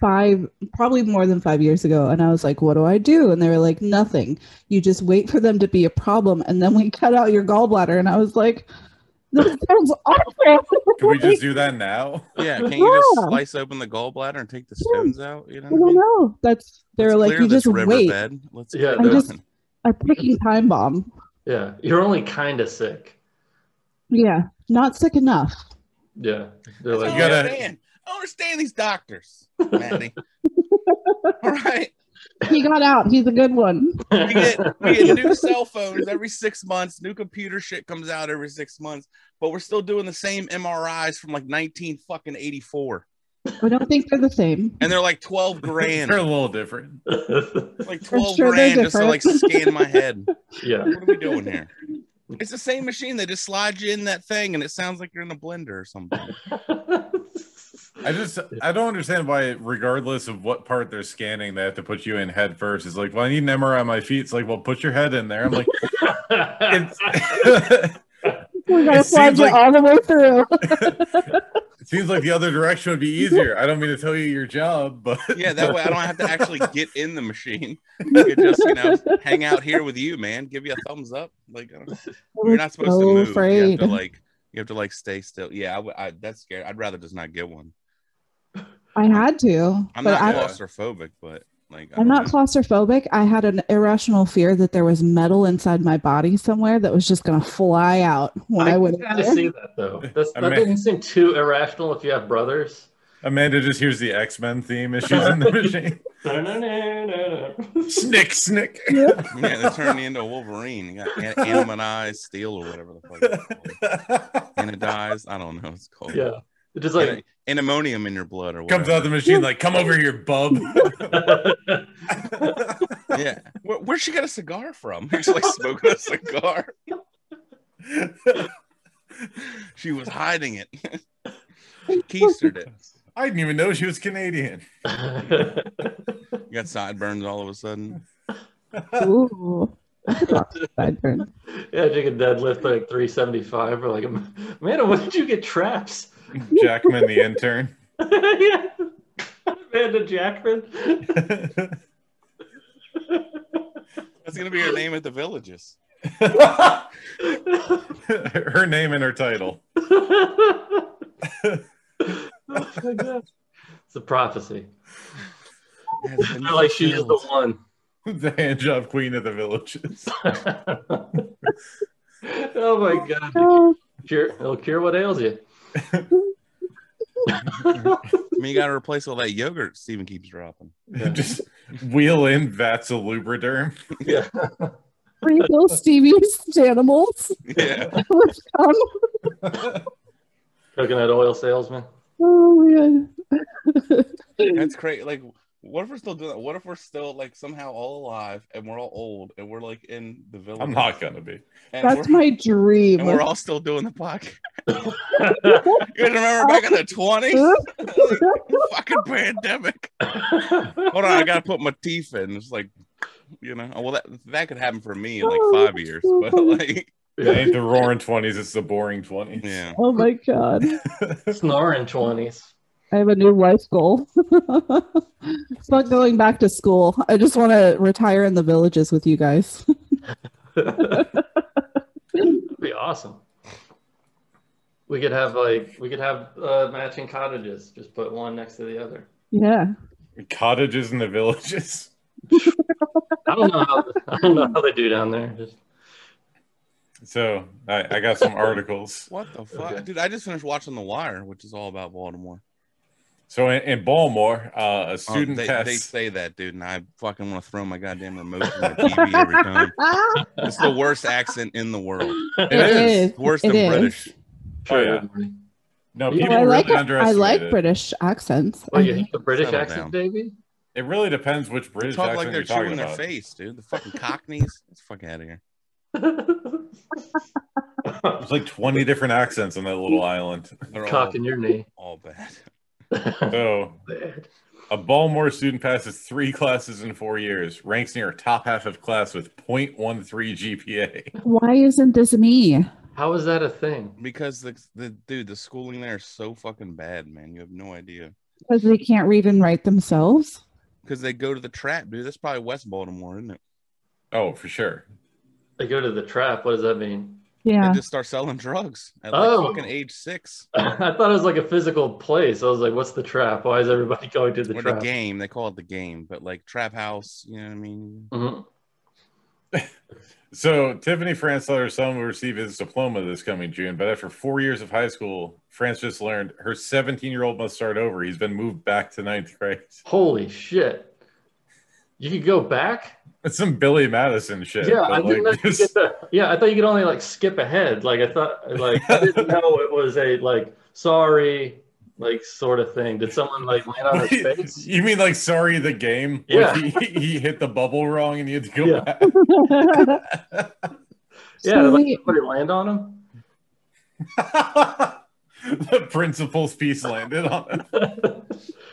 Speaker 4: five, probably more than five years ago. And I was like, what do I do? And they were like, nothing. You just wait for them to be a problem. And then we cut out your gallbladder. And I was like, that sounds awful.
Speaker 1: Can we just do that now?
Speaker 2: Yeah, can't you just
Speaker 4: Yeah.
Speaker 2: slice open the gallbladder and take the stones out? You know,
Speaker 4: I
Speaker 2: what I
Speaker 4: don't
Speaker 2: mean?
Speaker 4: know. That's, they're
Speaker 2: Let's
Speaker 4: like,
Speaker 2: clear
Speaker 4: you
Speaker 2: this
Speaker 4: just wait.
Speaker 2: riverbed. Let's
Speaker 3: Yeah,
Speaker 2: get
Speaker 3: I
Speaker 2: it
Speaker 4: just-
Speaker 2: done.
Speaker 4: A freaking time bomb.
Speaker 3: Yeah. You're only kind of sick.
Speaker 4: Yeah. Not sick enough.
Speaker 3: Yeah.
Speaker 2: That's
Speaker 3: They're
Speaker 2: all
Speaker 3: like,
Speaker 2: I
Speaker 1: You gotta-
Speaker 2: understand. I don't understand these doctors, Maddie. all right,
Speaker 4: He got out. He's a good one.
Speaker 2: we get we get new cell phones every six months. New computer shit comes out every six months, but we're still doing the same MRIs from like nineteen fucking eighty four,
Speaker 4: I don't think they're the same.
Speaker 2: and they're like twelve grand,
Speaker 1: They're a little different.
Speaker 2: like twelve
Speaker 4: sure they're
Speaker 2: grand just to like
Speaker 4: different.
Speaker 2: scan my head.
Speaker 3: yeah.
Speaker 2: What are we doing here? It's the same machine. They just slide you in that thing, and it sounds like you're in a blender or something.
Speaker 1: I just I don't understand why, regardless of what part they're scanning, they have to put you in head first. It's like, well, I need an MRI on my feet. It's like, well, put your head in there. I'm like, it's,
Speaker 4: We gotta
Speaker 1: It
Speaker 4: slide
Speaker 1: seems
Speaker 4: you
Speaker 1: like-
Speaker 4: all the way through.
Speaker 1: it seems like the other direction would be easier. I don't mean to tell you your job, but
Speaker 2: Yeah, that way I don't have to actually get in the machine. I could just, you know, hang out here with you, man. Give you a thumbs up. Like I don't- you're not supposed
Speaker 4: so
Speaker 2: to move. You have
Speaker 4: afraid.
Speaker 2: to like you have to like stay still. Yeah, I would- I, that's scary. I'd rather just not get one.
Speaker 4: I had to,
Speaker 2: I'm
Speaker 4: but
Speaker 2: not uh,
Speaker 4: I,
Speaker 1: Yeah.
Speaker 2: claustrophobic, but like I
Speaker 4: I'm
Speaker 2: don't
Speaker 4: not
Speaker 2: know.
Speaker 4: claustrophobic. I had an irrational fear that there was metal inside my body somewhere that was just going to fly out when I,
Speaker 3: I
Speaker 4: went
Speaker 3: can
Speaker 4: in
Speaker 3: kind of
Speaker 4: there.
Speaker 3: see that though. That's,
Speaker 1: I
Speaker 3: that
Speaker 1: mean-
Speaker 3: doesn't seem too irrational if you have brothers.
Speaker 1: Amanda just hears the X Men theme as she's in the machine. snick, snick.
Speaker 2: Yeah, they turned me into a Wolverine. You got an- anonymized steel or whatever the fuck. it's called. Anodized. I don't know. What it's called.
Speaker 3: yeah. It's Just
Speaker 2: An-
Speaker 3: like
Speaker 2: Anemonium in your blood or
Speaker 1: Comes out
Speaker 2: whatever.
Speaker 1: the machine like, come over here, bub.
Speaker 2: yeah. Where, where'd she get a cigar from? She's like smoking a cigar. she was hiding it. she keistered it.
Speaker 1: I didn't even know she was Canadian.
Speaker 2: You got sideburns all of a sudden.
Speaker 4: Ooh. I could walk to the side turn.
Speaker 3: yeah, you could deadlift like 375 or like, man, when did you get traps?
Speaker 1: Jackman, the intern.
Speaker 3: yeah. Amanda Jackman.
Speaker 2: That's gonna be her name at the villages.
Speaker 1: her name and her title.
Speaker 3: oh my God. It's a prophecy.
Speaker 2: Has been
Speaker 3: They're like, she is the
Speaker 2: fulfilled.
Speaker 3: one.
Speaker 1: the hand job queen of the villages.
Speaker 3: oh my god.
Speaker 4: Oh,
Speaker 3: Cure, it'll cure what ails you.
Speaker 2: I mean, you got to replace all that yogurt Steven keeps dropping.
Speaker 1: Just wheel in vats of lubriderm.
Speaker 3: yeah.
Speaker 4: refill Stevie's animals.
Speaker 2: Yeah.
Speaker 4: Which come.
Speaker 3: Coconut oil salesman.
Speaker 4: Oh man.
Speaker 2: That's crazy. Like, what if we're still doing that? What if we're still, like, somehow all alive and we're all old and we're, like, in the village?
Speaker 1: I'm not gonna be.
Speaker 2: And
Speaker 4: That's
Speaker 2: we're,
Speaker 4: my dream.
Speaker 2: and we're all still doing the podcast. You guys remember back in the 20s? Fucking pandemic. Hold on, I got to put my teeth in. It's like, you know, well, that, that could happen for me in, like, five years. But, like,
Speaker 1: It ain't the roaring twenties, it's the boring twenties.
Speaker 2: yeah.
Speaker 4: oh my god.
Speaker 3: Snoring 20s.
Speaker 4: I have a new life goal. it's not going back to school. I just want to retire in the villages with you guys.
Speaker 3: That'd be awesome. We could have like we could have uh, matching cottages. Just put one next to the other.
Speaker 4: Yeah.
Speaker 1: Cottages in the villages.
Speaker 3: I don't know. How, I don't know how they do down there. Just
Speaker 1: So I, I got some articles.
Speaker 2: What the fuck?
Speaker 3: Okay.
Speaker 2: Dude, I just finished watching The Wire, which is all about Baltimore.
Speaker 1: So in, in Baltimore, uh, a
Speaker 2: Um,
Speaker 1: student
Speaker 2: they,
Speaker 1: has
Speaker 2: they say that, dude, and I fucking want to throw my goddamn remote in their TV every time.
Speaker 4: Ah,
Speaker 2: It's the worst accent in the world.
Speaker 1: It
Speaker 2: is. Worse than
Speaker 4: is.
Speaker 2: British.
Speaker 1: Oh, yeah.
Speaker 3: everybody.
Speaker 1: no
Speaker 3: Well,
Speaker 1: people
Speaker 4: Well, I like
Speaker 1: really
Speaker 4: I
Speaker 1: underestimate
Speaker 4: like
Speaker 1: it.
Speaker 4: British accents.
Speaker 3: Well, you hate the British
Speaker 2: Settle
Speaker 3: accent,
Speaker 2: down.
Speaker 3: baby.
Speaker 1: It really depends which British
Speaker 2: Talk
Speaker 1: accent
Speaker 2: like they're
Speaker 1: you're talking
Speaker 2: chewing their
Speaker 1: about.
Speaker 2: face, dude. The fucking cockneys. Let's fuck out of here.
Speaker 1: There's like 20 different accents on that little island.
Speaker 2: They're all,
Speaker 3: Cock in your knee.
Speaker 2: all bad.
Speaker 1: So a Baltimore student passes three classes in four years, ranks near top half of class with 0.13 GPA.
Speaker 4: Why isn't this me?
Speaker 3: How is that a thing?
Speaker 2: Because the, the dude, the schooling there is so fucking bad, man. You have no idea.
Speaker 4: Because they can't read and write themselves.
Speaker 2: Because they go to the trap, dude. That's probably West Baltimore, isn't it?
Speaker 1: Oh, for sure.
Speaker 3: They go to the trap. What does that mean?
Speaker 4: Yeah.
Speaker 2: They just start selling drugs at like
Speaker 3: Oh.
Speaker 2: fucking age six.
Speaker 3: I thought it was like a physical place. I was like, what's the trap? Why is everybody going to the
Speaker 2: or
Speaker 3: trap?
Speaker 2: the game. They call it the game, but like trap house. You know what I mean?
Speaker 3: Mhm.
Speaker 1: So Tiffany France let her son will receive his diploma this coming June, but after four years of high school, France just learned her 17-year-old must start over. He's been moved back to ninth grade.
Speaker 3: Holy shit. You could go back?
Speaker 1: That's some Billy Madison shit.
Speaker 3: yeah,
Speaker 1: but,
Speaker 3: I didn't know
Speaker 1: like,
Speaker 3: you could
Speaker 1: just-
Speaker 3: get the, yeah, I thought you could only like skip ahead. Like I thought like I didn't know it was a like sorry like sort of thing. Did someone like land on his face?
Speaker 1: You mean like sorry the game?
Speaker 3: Yeah.
Speaker 1: Like he, he hit the bubble wrong and he had to go
Speaker 3: Yeah.
Speaker 1: back.
Speaker 3: Yeah,
Speaker 4: So
Speaker 3: like
Speaker 4: wait,
Speaker 3: somebody land on him?
Speaker 1: the principal's piece landed on him.
Speaker 2: Yeah,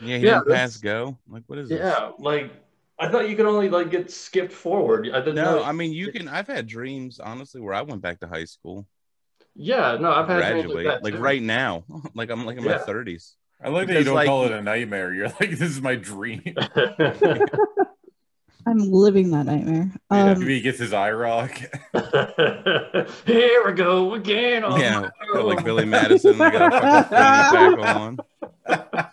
Speaker 3: Yeah,
Speaker 2: yeah.
Speaker 3: that's-
Speaker 2: Pass go. Like, what is this?
Speaker 3: Yeah, like I thought you could only like get skipped forward. I didn't
Speaker 2: No,
Speaker 3: know.
Speaker 2: I mean you can. I've had dreams, honestly, where I went back to high school,
Speaker 3: yeah, no, I've had dreams
Speaker 2: graduate,
Speaker 3: that,
Speaker 2: like
Speaker 3: too.
Speaker 2: right now. Like I'm like in my
Speaker 3: Yeah.
Speaker 2: thirties.
Speaker 1: I like that you
Speaker 2: Because,
Speaker 1: don't
Speaker 2: like-
Speaker 1: call it a nightmare. You're like, this is my dream.
Speaker 4: I'm living that nightmare.
Speaker 2: Yeah.
Speaker 4: Um,
Speaker 1: Maybe he gets his eye rock.
Speaker 3: Here we go again. Oh, on
Speaker 2: Yeah,
Speaker 3: my own.
Speaker 2: like Billy Madison. They got a fucking thing back on,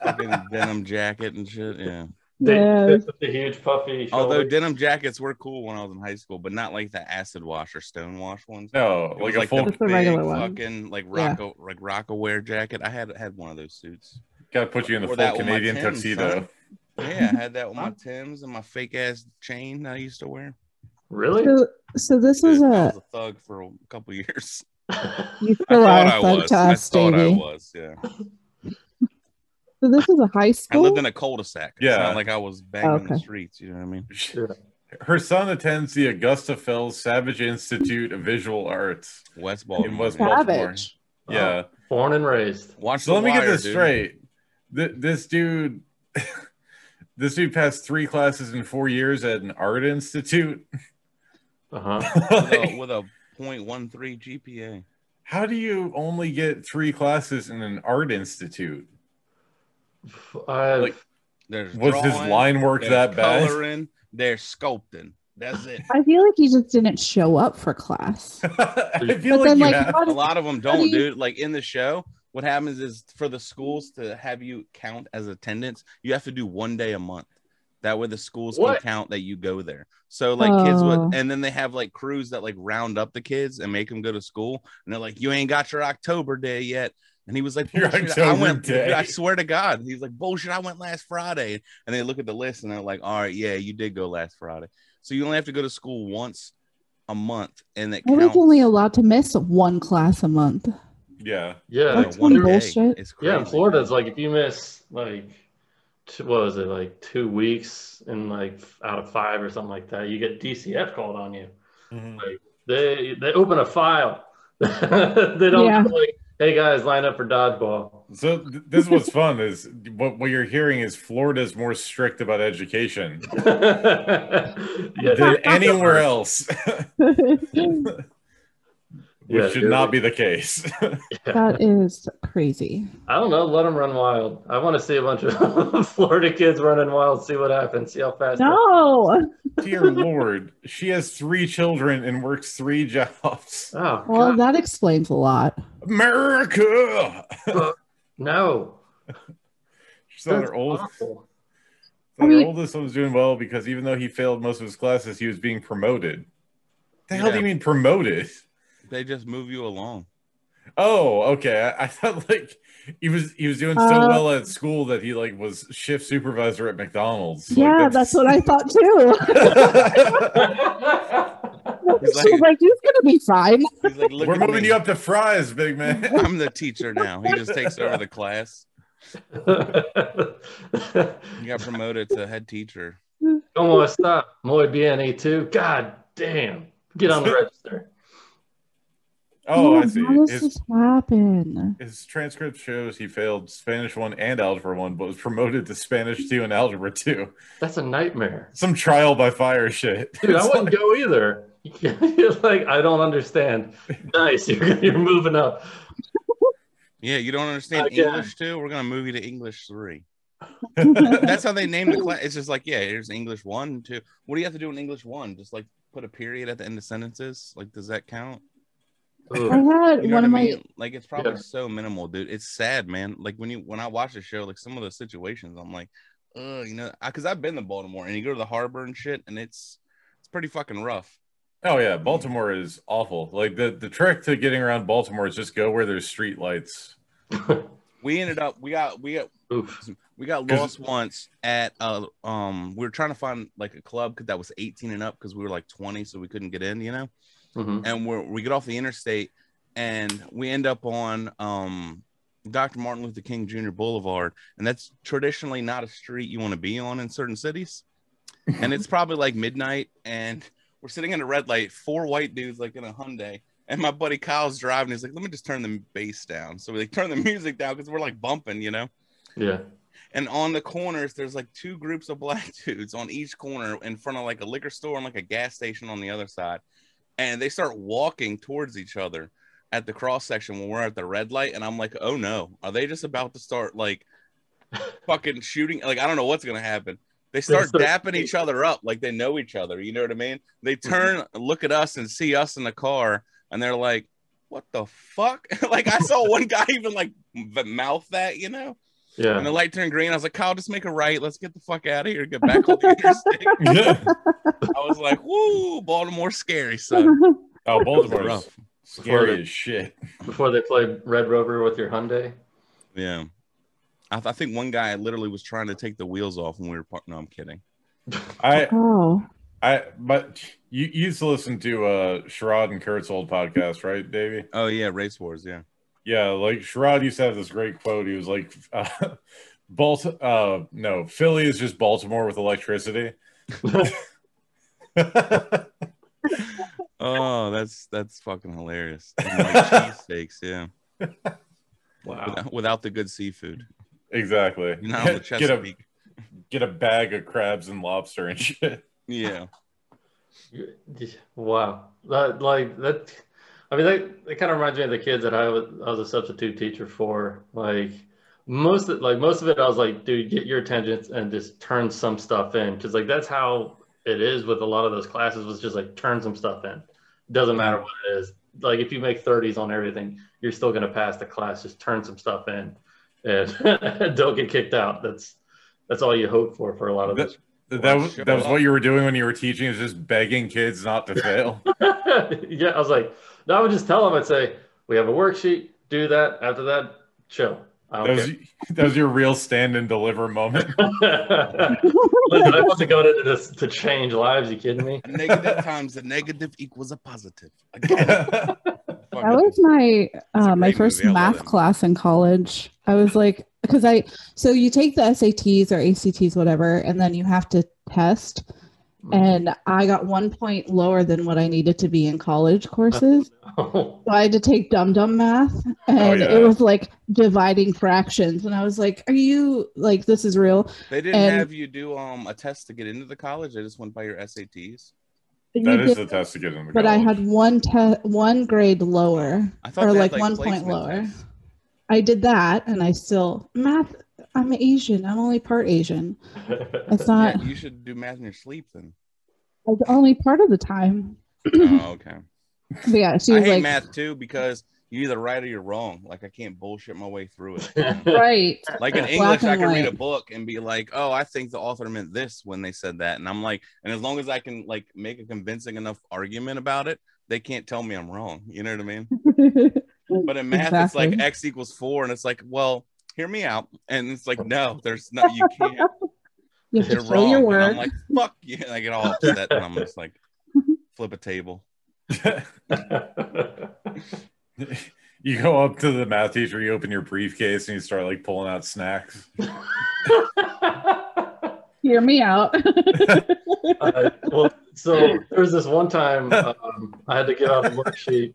Speaker 2: fucking denim jacket and shit. Yeah.
Speaker 3: They-
Speaker 4: yeah.
Speaker 3: with the huge puffy.
Speaker 2: Although
Speaker 3: shoulders.
Speaker 2: denim jackets were cool when I was in high school, but not like the acid wash or stone wash ones.
Speaker 1: No,
Speaker 2: It
Speaker 1: like
Speaker 2: was
Speaker 1: a
Speaker 2: like
Speaker 1: full
Speaker 2: the
Speaker 4: Just the regular
Speaker 2: big
Speaker 4: one.
Speaker 2: fucking like
Speaker 4: Yeah.
Speaker 2: rock like rock aware jacket. I had had one of those suits.
Speaker 1: gotta put you in the
Speaker 2: Or
Speaker 1: full
Speaker 2: that one, my
Speaker 1: Canadian
Speaker 2: Tim's,
Speaker 1: tuxedo.
Speaker 2: son. Yeah, I had that with my Tim's and my fake ass chain that I used to wear.
Speaker 3: really,
Speaker 4: So, so this was
Speaker 2: Dude, I
Speaker 4: a
Speaker 2: was a thug for a couple years. I
Speaker 4: you still
Speaker 2: thought
Speaker 4: are
Speaker 2: I
Speaker 4: a thug
Speaker 2: was.
Speaker 4: to
Speaker 2: I
Speaker 4: us,
Speaker 2: thought I
Speaker 4: Davey.
Speaker 2: was. Yeah,
Speaker 4: So this is a high
Speaker 2: I
Speaker 4: school.
Speaker 2: lived in a cul-de-sac. It's
Speaker 1: Yeah.
Speaker 2: not like I was banging
Speaker 4: Okay.
Speaker 2: the streets. You know what I mean?
Speaker 1: Her son attends the Augusta Fells Savage Institute of Visual Arts
Speaker 2: West Baltimore.
Speaker 1: in West
Speaker 2: man.
Speaker 4: Savage.
Speaker 1: Baltimore. Yeah.
Speaker 3: born and raised.
Speaker 2: Watch.
Speaker 1: So
Speaker 2: The
Speaker 1: let me get
Speaker 2: Wire,
Speaker 1: this
Speaker 2: dude.
Speaker 1: straight. Th- this dude, this dude passed three classes in four years at an art institute.
Speaker 3: Uh huh.
Speaker 2: With a,
Speaker 1: Like,
Speaker 2: with a 0.13 GPA.
Speaker 1: how do you only get three classes in an art institute?
Speaker 3: I
Speaker 1: Like-
Speaker 2: There's
Speaker 1: Was his
Speaker 2: drawing,
Speaker 1: line work
Speaker 2: there's
Speaker 1: that bad?
Speaker 2: Coloring. There's sculpting. That's it.
Speaker 4: I feel like you just didn't show up for class.
Speaker 1: I
Speaker 3: But
Speaker 1: feel
Speaker 4: but
Speaker 1: like
Speaker 4: then,
Speaker 1: you
Speaker 4: like,
Speaker 1: have.
Speaker 4: what
Speaker 2: a
Speaker 4: is-
Speaker 2: lot of them
Speaker 4: How do
Speaker 2: don't,
Speaker 4: you-
Speaker 2: dude. Like in the show, what happens is for the schools to have you count as attendance, you have to do one day a month. That way the schools
Speaker 3: What?
Speaker 2: can count that you go there. So like kids
Speaker 4: Oh.
Speaker 2: would, and then they have like crews that like round up the kids and make them go to school. And they're like, "You ain't got your October day yet." And he was like,
Speaker 1: Your
Speaker 2: "Bullshit, I
Speaker 1: October
Speaker 2: went.
Speaker 1: day."
Speaker 2: I swear to God." He's like, "Bullshit, I went last Friday." And they look at the list and they're like, "All right, yeah, you did go last Friday. So you only have to go to school once a month, and that
Speaker 4: I was
Speaker 2: counts."
Speaker 4: only allowed to miss one class a month.
Speaker 1: Yeah.
Speaker 2: Yeah,
Speaker 3: Yeah.
Speaker 4: That's
Speaker 2: one
Speaker 4: some
Speaker 2: day.
Speaker 4: bullshit.
Speaker 2: It's crazy.
Speaker 3: Yeah, in Florida, it's like if you miss like two, what was it like two weeks in like f- out of five or something like that, you get DCF called on you.
Speaker 2: Mm-hmm.
Speaker 3: They they open a file. they don't
Speaker 4: Yeah.
Speaker 3: go like, hey guys, line up for dodgeball.
Speaker 1: So th- this is what's fun is what, what you're hearing is Florida's more strict about education
Speaker 3: yeah,
Speaker 1: than anywhere else,
Speaker 4: that
Speaker 1: which
Speaker 3: Yeah,
Speaker 1: should
Speaker 3: dude.
Speaker 1: not be the case.
Speaker 4: is crazy.
Speaker 3: I don't know. Let them run wild. I want to see a bunch of Florida kids running wild. See what happens. See how fast.
Speaker 4: No.
Speaker 1: Dear Lord, she has three children and works three jobs.
Speaker 3: they- Oh
Speaker 4: Well,
Speaker 3: God,
Speaker 4: that explains a lot.
Speaker 1: America.
Speaker 3: no!
Speaker 1: So
Speaker 4: That's
Speaker 1: their, old,
Speaker 3: Awful.
Speaker 1: their
Speaker 4: I mean-
Speaker 1: oldest one was doing well because even though he failed most of his classes, he was being promoted. The hell do
Speaker 2: Yeah.
Speaker 1: you mean promoted?
Speaker 2: They just move you along.
Speaker 1: Oh, okay. I, I thought like he was he was doing so
Speaker 4: Uh,
Speaker 1: well at school that he like was shift supervisor at McDonald's. Like,
Speaker 4: yeah, that's... what I thought too.
Speaker 2: He's
Speaker 4: She was like, he's gonna be fine.
Speaker 2: He's like, "Look
Speaker 1: We're
Speaker 2: at
Speaker 1: moving
Speaker 2: me.
Speaker 1: you up to fries, big man.
Speaker 2: I'm the teacher now. He just takes over the class. He got promoted to head teacher.
Speaker 3: Como está? Muy bien, e too. God damn! Get on the register.
Speaker 1: Oh, I
Speaker 4: Man,
Speaker 1: see.
Speaker 4: How does
Speaker 1: His,
Speaker 4: this happen?
Speaker 1: his transcript shows he failed Spanish one and algebra one, but was promoted to Spanish two and algebra two.
Speaker 3: That's a nightmare,
Speaker 1: Some trial by fire shit.
Speaker 3: dude. I
Speaker 1: It's
Speaker 3: wouldn't go either. You're like, I don't understand. Nice, you're you're moving up.
Speaker 2: Yeah, you don't understand
Speaker 3: Again.
Speaker 2: English two. We're gonna move you to English three. That's how they named the class. It's just like, yeah, here's English one, two. What do you have to do in English one? Just like put a period at the end of sentences. Like, does that count?
Speaker 4: I
Speaker 3: Ugh.
Speaker 4: had
Speaker 2: You know
Speaker 4: one of
Speaker 2: what I
Speaker 4: my
Speaker 2: mean? Like, it's probably
Speaker 3: Yeah.
Speaker 2: so minimal, dude. It's sad, man. Like when you when I watch the show, like some of the situations, I'm like, uh, you know, because I've been to Baltimore and you go to the harbor and shit, and it's it's pretty fucking rough.
Speaker 1: Oh yeah, Baltimore is awful. Like the, the trick to getting around Baltimore is just go where there's street lights.
Speaker 2: We ended up we got we got
Speaker 3: Oof.
Speaker 2: We got
Speaker 1: 'Cause-
Speaker 2: lost once at uh um we were trying to find like a club 'cause that was 18 and up because we were like 20 so we couldn't get in you know
Speaker 3: Mhm.
Speaker 2: and we're, we get off the interstate and we end up on um Dr. Martin Luther King Jr. Boulevard and that's traditionally not a street you want to be on in certain cities and it's probably like midnight and we're sitting in a red light four white dudes like in a Hyundai and my buddy Kyle's driving he's like let me just turn the bass down so we like turn the music down because we're like bumping you know
Speaker 3: Yeah.
Speaker 2: and on the corners there's like two groups of black dudes on each corner in front of like a liquor store and like a gas station on the other side and they start walking towards each other at the cross section when we're at the red light and i'm like oh no are they just about to start like fucking shooting like i don't know what's gonna happen they start
Speaker 3: start-
Speaker 2: dapping each other up like they know each other you know what i mean they turn look at us and see us in the car and they're like what the fuck like i saw one guy even like v- mouth that you know and
Speaker 3: Yeah.
Speaker 2: the light turned green. I was like, Kyle, just make a right. Let's get the fuck out of here. Get back on the interstate.
Speaker 1: Oh,
Speaker 2: I was like, woo, Baltimore's scary, son.
Speaker 1: oh, Baltimore's
Speaker 2: Rough.
Speaker 1: scary as shit.
Speaker 3: Before they play Red Rover with your Hyundai.
Speaker 2: Yeah. I, th- I think one guy literally was trying to take the wheels off when we were par- No, I'm kidding.
Speaker 1: I
Speaker 4: oh
Speaker 1: I but you you used to listen to uh Sherrod and Kurt's old podcast, right, Davey?
Speaker 2: Oh, yeah. Race Wars. Yeah.
Speaker 1: Yeah, like Sherrod used to have this great quote. He was like, uh, "Balt, uh, no, Philly is just Baltimore with electricity."
Speaker 2: Oh, that's that's fucking hilarious. And, like, cheesesteaks. Yeah.
Speaker 3: Wow.
Speaker 2: Without, without the good seafood.
Speaker 1: exactly.
Speaker 2: You're not on the
Speaker 1: get a
Speaker 2: Chesapeake.
Speaker 1: get a bag of crabs and lobster and shit.
Speaker 2: Yeah.
Speaker 3: Wow. That like that. I mean, that, that kind of reminds me of the kids that I was I was a substitute teacher for. Like most of, like most of it, I was like, dude, get your attendance and just turn some stuff in because like that's how it is with a lot of those classes. Was just like turn some stuff in. Doesn't matter what it is. Like if you make thirties on everything, you're still gonna pass the class. Just turn some stuff in and don't get kicked out. That's that's all you hope for for a lot of
Speaker 1: That-
Speaker 3: this.
Speaker 1: That,
Speaker 2: Well,
Speaker 1: was-
Speaker 2: shut
Speaker 1: that was
Speaker 2: up.
Speaker 1: what you were doing when you were teaching is just begging kids not to fail.
Speaker 3: yeah, I was like, no, I would just tell them, I'd say, we have a worksheet, do that. After that, chill. I
Speaker 1: That
Speaker 3: don't
Speaker 1: was, that was your real stand and deliver moment.
Speaker 3: care. Listen, I wasn't going into this to change lives. You kidding me?
Speaker 2: A negative times a negative equals a positive. Again,
Speaker 1: yeah,
Speaker 4: That was my
Speaker 2: a
Speaker 4: uh, my
Speaker 2: great
Speaker 4: first
Speaker 2: movie. I love
Speaker 4: math
Speaker 2: it.
Speaker 4: class in college. I was like, because I so you take the SATs or ACTs, whatever, and then you have to test.
Speaker 2: Mm-hmm.
Speaker 4: And I got one point lower than what I needed to be in college courses.
Speaker 3: Oh,
Speaker 4: So I had to take dum dum math, and
Speaker 2: Oh,
Speaker 1: yeah.
Speaker 4: it was like dividing fractions. And I was like, "Are you like this is real?"
Speaker 2: They didn't
Speaker 4: And-
Speaker 2: have you do um a test to get into the college. They just went by your SATs.
Speaker 4: And
Speaker 1: that
Speaker 4: you
Speaker 1: is
Speaker 4: did-
Speaker 1: the test to get in the
Speaker 4: but I
Speaker 1: college.
Speaker 4: had one te- one grade lower.
Speaker 2: I thought
Speaker 4: Or,
Speaker 2: they
Speaker 4: like,
Speaker 2: had,
Speaker 4: one point
Speaker 2: placement
Speaker 4: lower.
Speaker 2: tests.
Speaker 4: I did that, and I still math. I'm Asian. I'm only part Asian. It's not.
Speaker 2: Yeah, you should do math in your sleep then.
Speaker 4: Like, only part of the time.
Speaker 2: oh, okay.
Speaker 4: But yeah, she
Speaker 2: I
Speaker 4: was
Speaker 2: hate
Speaker 4: like,
Speaker 2: math too because you're either right or you're wrong. Like I can't bullshit my way through it.
Speaker 4: right.
Speaker 2: Like in
Speaker 3: Black
Speaker 2: English, I
Speaker 4: and
Speaker 2: can read a
Speaker 4: white.
Speaker 2: book and be like, "Oh, I think the author meant this when they said that," and I'm like, and as long as I can like make a convincing enough argument about it, they can't tell me I'm wrong. You know what I mean? But in math, it's like
Speaker 4: Exactly.
Speaker 2: x equals four, and it's like, well, hear me out, and it's like, no, there's no, you can't.
Speaker 4: you have
Speaker 2: They're
Speaker 4: to show
Speaker 2: wrong.
Speaker 4: your
Speaker 2: And
Speaker 4: work.
Speaker 2: I'm like, fuck you. And I get all upset, and I'm just like, flip a table.
Speaker 1: you go up to the math teacher, you open your briefcase, and you start like pulling out snacks.
Speaker 4: Hear me out.
Speaker 3: Uh, well, so there was this one time um, I had to give out a worksheet,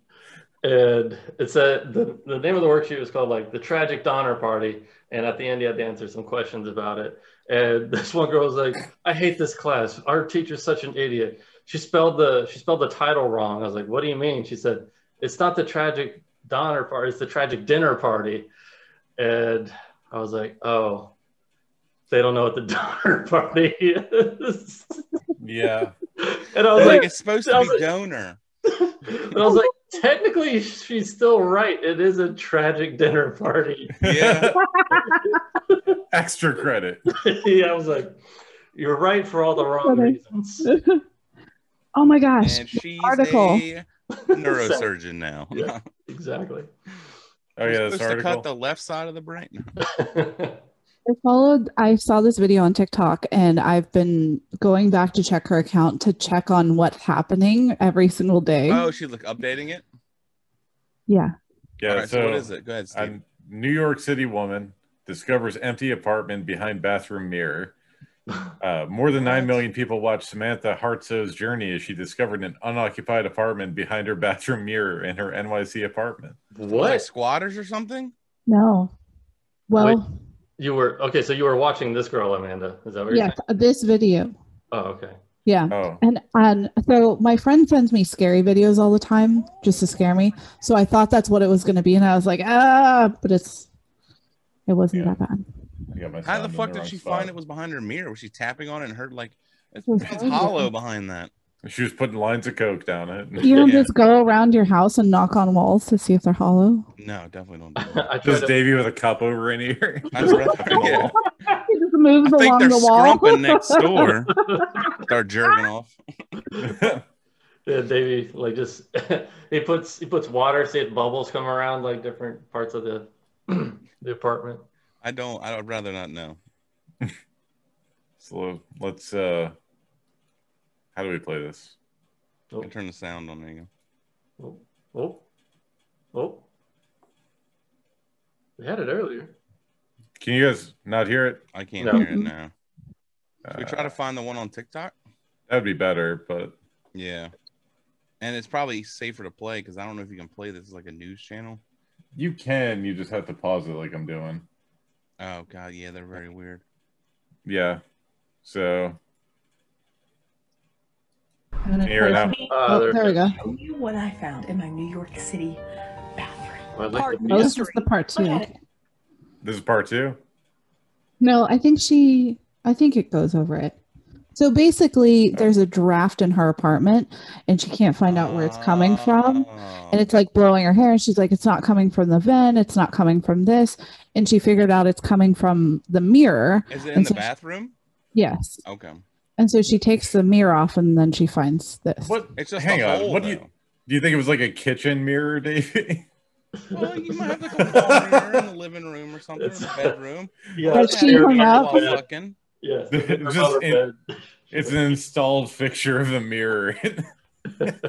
Speaker 3: and it said the, the name of the worksheet was called like the Tragic Donner Party, and at the end you had to answer some questions about it. And this one girl was like, "I hate this class. Our teacher's such an idiot. She spelled the she spelled the title wrong." I was like, "What do you mean?" She said, "It's not the Tragic Donner Party. It's the Tragic Dinner Party." And I was like, "Oh." They don't know what the Donner Party is.
Speaker 1: Yeah.
Speaker 3: And I
Speaker 2: I was
Speaker 3: was
Speaker 2: like,
Speaker 3: like,
Speaker 2: it's supposed
Speaker 3: I
Speaker 2: to
Speaker 3: was
Speaker 2: be
Speaker 3: like-
Speaker 2: donor.
Speaker 3: and I was like, technically, she's still right. It is a tragic dinner party.
Speaker 2: Yeah.
Speaker 1: Extra credit.
Speaker 3: yeah, I was like, you're right for all the wrong
Speaker 4: Funny.
Speaker 3: reasons.
Speaker 4: oh my gosh.
Speaker 2: And she's
Speaker 4: article.
Speaker 2: a neurosurgeon now.
Speaker 3: Yeah. exactly.
Speaker 1: Oh
Speaker 2: We're
Speaker 1: yeah, this
Speaker 2: supposed to cut
Speaker 1: article.
Speaker 2: the left side of the brain.
Speaker 4: I followed, I saw this video on TikTok and I've been going back to check her account to check on what's happening every single day.
Speaker 2: Oh, she's like updating it.
Speaker 4: Yeah.
Speaker 1: yeah.
Speaker 2: All right, so,
Speaker 1: so
Speaker 2: what is it? Go ahead, Steve.
Speaker 1: A New York City woman discovers empty apartment behind bathroom mirror. Uh, more than 9
Speaker 2: What?
Speaker 1: million people watched Samantha Hartso's journey as she discovered an unoccupied apartment behind her bathroom mirror in her NYC apartment.
Speaker 2: Like
Speaker 3: what?
Speaker 2: squatters or something?
Speaker 4: No. Well,
Speaker 3: You were okay. So you were watching this girl, Amanda. Is that what you're
Speaker 4: yes, this video.
Speaker 3: saying? Oh, okay.
Speaker 4: Yeah.
Speaker 1: Oh,
Speaker 4: And and so my friend sends me scary videos all the time just to scare me. So I thought that's what it was going to be, and I was like, ah, but it's it wasn't
Speaker 1: Yeah.
Speaker 4: that bad.
Speaker 1: I got my
Speaker 2: How the
Speaker 1: sound in
Speaker 2: fuck
Speaker 1: wrong
Speaker 2: did she
Speaker 1: spot.
Speaker 2: find it was behind her mirror? Was she tapping on it and heard like it's,
Speaker 4: It was
Speaker 2: it's
Speaker 4: hard.
Speaker 2: hollow behind that?
Speaker 1: She was putting lines of coke down it.
Speaker 4: You don't
Speaker 2: Yeah.
Speaker 4: just go around your house and knock on walls to see if they're hollow.
Speaker 2: No, definitely don't. Do that.
Speaker 3: I tried
Speaker 1: Just
Speaker 3: to,
Speaker 1: Davey with a cup over an ear.
Speaker 2: I'd rather- yeah.
Speaker 4: It just
Speaker 2: I
Speaker 4: moves
Speaker 2: think
Speaker 4: along
Speaker 2: they're
Speaker 4: the wall.
Speaker 2: scrumping next door. Start jerking off.
Speaker 3: yeah, uh, Davey, like just he puts he puts water, see if bubbles come around like different parts of the the apartment.
Speaker 2: I don't. I would rather not know.
Speaker 1: so let's uh how do we play this?
Speaker 2: I
Speaker 3: Oh,
Speaker 2: turn the sound on. There you go.
Speaker 3: oh, oh, oh. We had it earlier.
Speaker 1: Can you guys not hear it?
Speaker 2: I can't
Speaker 3: No.
Speaker 2: hear it now. Should we try
Speaker 1: Uh,
Speaker 2: to find the one on TikTok?
Speaker 1: that'd be better, but
Speaker 2: Yeah. And it's probably safer to play because I don't know if you can play this as like a news channel.
Speaker 1: You can. You just have to pause it like I'm doing.
Speaker 2: Oh god, yeah, they're very weird.
Speaker 1: Yeah. So
Speaker 4: And it
Speaker 1: Here,
Speaker 4: goes-
Speaker 1: now.
Speaker 3: Uh,
Speaker 4: Oh, there we go.
Speaker 5: Tell you what I found in my New York City bathroom.
Speaker 3: I like
Speaker 4: Oh,
Speaker 3: the
Speaker 4: this is the part
Speaker 5: Look
Speaker 4: two.
Speaker 5: at it.
Speaker 1: this is part two.
Speaker 4: No, I think she, I think it goes over it. So basically, there's a draft in her apartment, and she can't find out where it's
Speaker 2: Oh.
Speaker 4: coming from. and it's like blowing her hair and she's like it's not coming from the vent it's not coming from this and she figured out it's coming from the mirror
Speaker 2: Is it in the
Speaker 4: so-
Speaker 2: bathroom?
Speaker 4: yes
Speaker 2: Okay.
Speaker 4: And so she takes the mirror off and then she finds this.
Speaker 1: What?
Speaker 2: It's just
Speaker 1: Hang
Speaker 2: a
Speaker 1: on,
Speaker 2: hole,
Speaker 1: what do you-
Speaker 2: though.
Speaker 1: Do you think it was like a kitchen mirror, Davey?
Speaker 2: Well, you might have like a wall mirror in the living room or something, or
Speaker 3: It's-
Speaker 2: the bedroom.
Speaker 3: Yeah,
Speaker 4: Has
Speaker 2: Just
Speaker 4: she
Speaker 2: have a
Speaker 4: hung up?
Speaker 2: couple of Fucking.
Speaker 3: Yes.
Speaker 1: Just
Speaker 3: above her bed.
Speaker 1: It's an installed fixture of the mirror.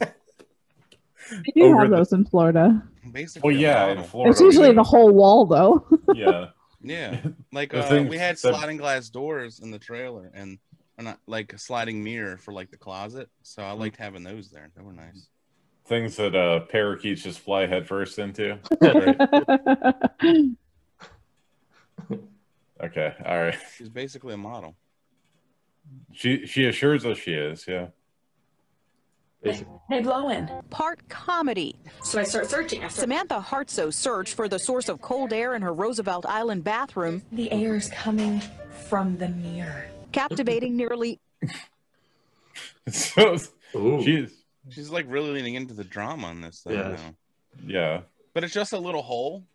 Speaker 4: They do
Speaker 1: over
Speaker 4: have
Speaker 1: the-
Speaker 4: those in Florida.
Speaker 2: Basically,
Speaker 1: well,
Speaker 2: a
Speaker 1: yeah, in
Speaker 2: model.
Speaker 1: Florida.
Speaker 4: it's usually
Speaker 1: we
Speaker 4: the
Speaker 1: do.
Speaker 4: whole wall though.
Speaker 1: Yeah.
Speaker 2: Yeah, like
Speaker 1: The
Speaker 2: uh,
Speaker 1: thing-
Speaker 2: we had
Speaker 1: the-
Speaker 2: sliding glass doors in the trailer, and or not like a sliding mirror for like the closet. So
Speaker 1: Mm.
Speaker 2: I liked having those there. They were nice.
Speaker 1: Things that uh, parakeets just fly headfirst into.
Speaker 2: Right.
Speaker 1: Okay. All right.
Speaker 2: She's basically a model.
Speaker 1: She she assures us she is. Yeah.
Speaker 3: Basically.
Speaker 5: They blow in.
Speaker 6: Part comedy.
Speaker 5: So I start searching. I start-
Speaker 6: Samantha Hartso searched for the source of cold air in her Roosevelt Island bathroom,
Speaker 5: the air is coming from the mirror.
Speaker 6: captivating nearly
Speaker 1: So
Speaker 3: Ooh.
Speaker 1: she's
Speaker 2: She's like really leaning into the drama on this thing.
Speaker 3: Yeah.
Speaker 2: now.
Speaker 1: yeah.
Speaker 2: But it's just a little hole.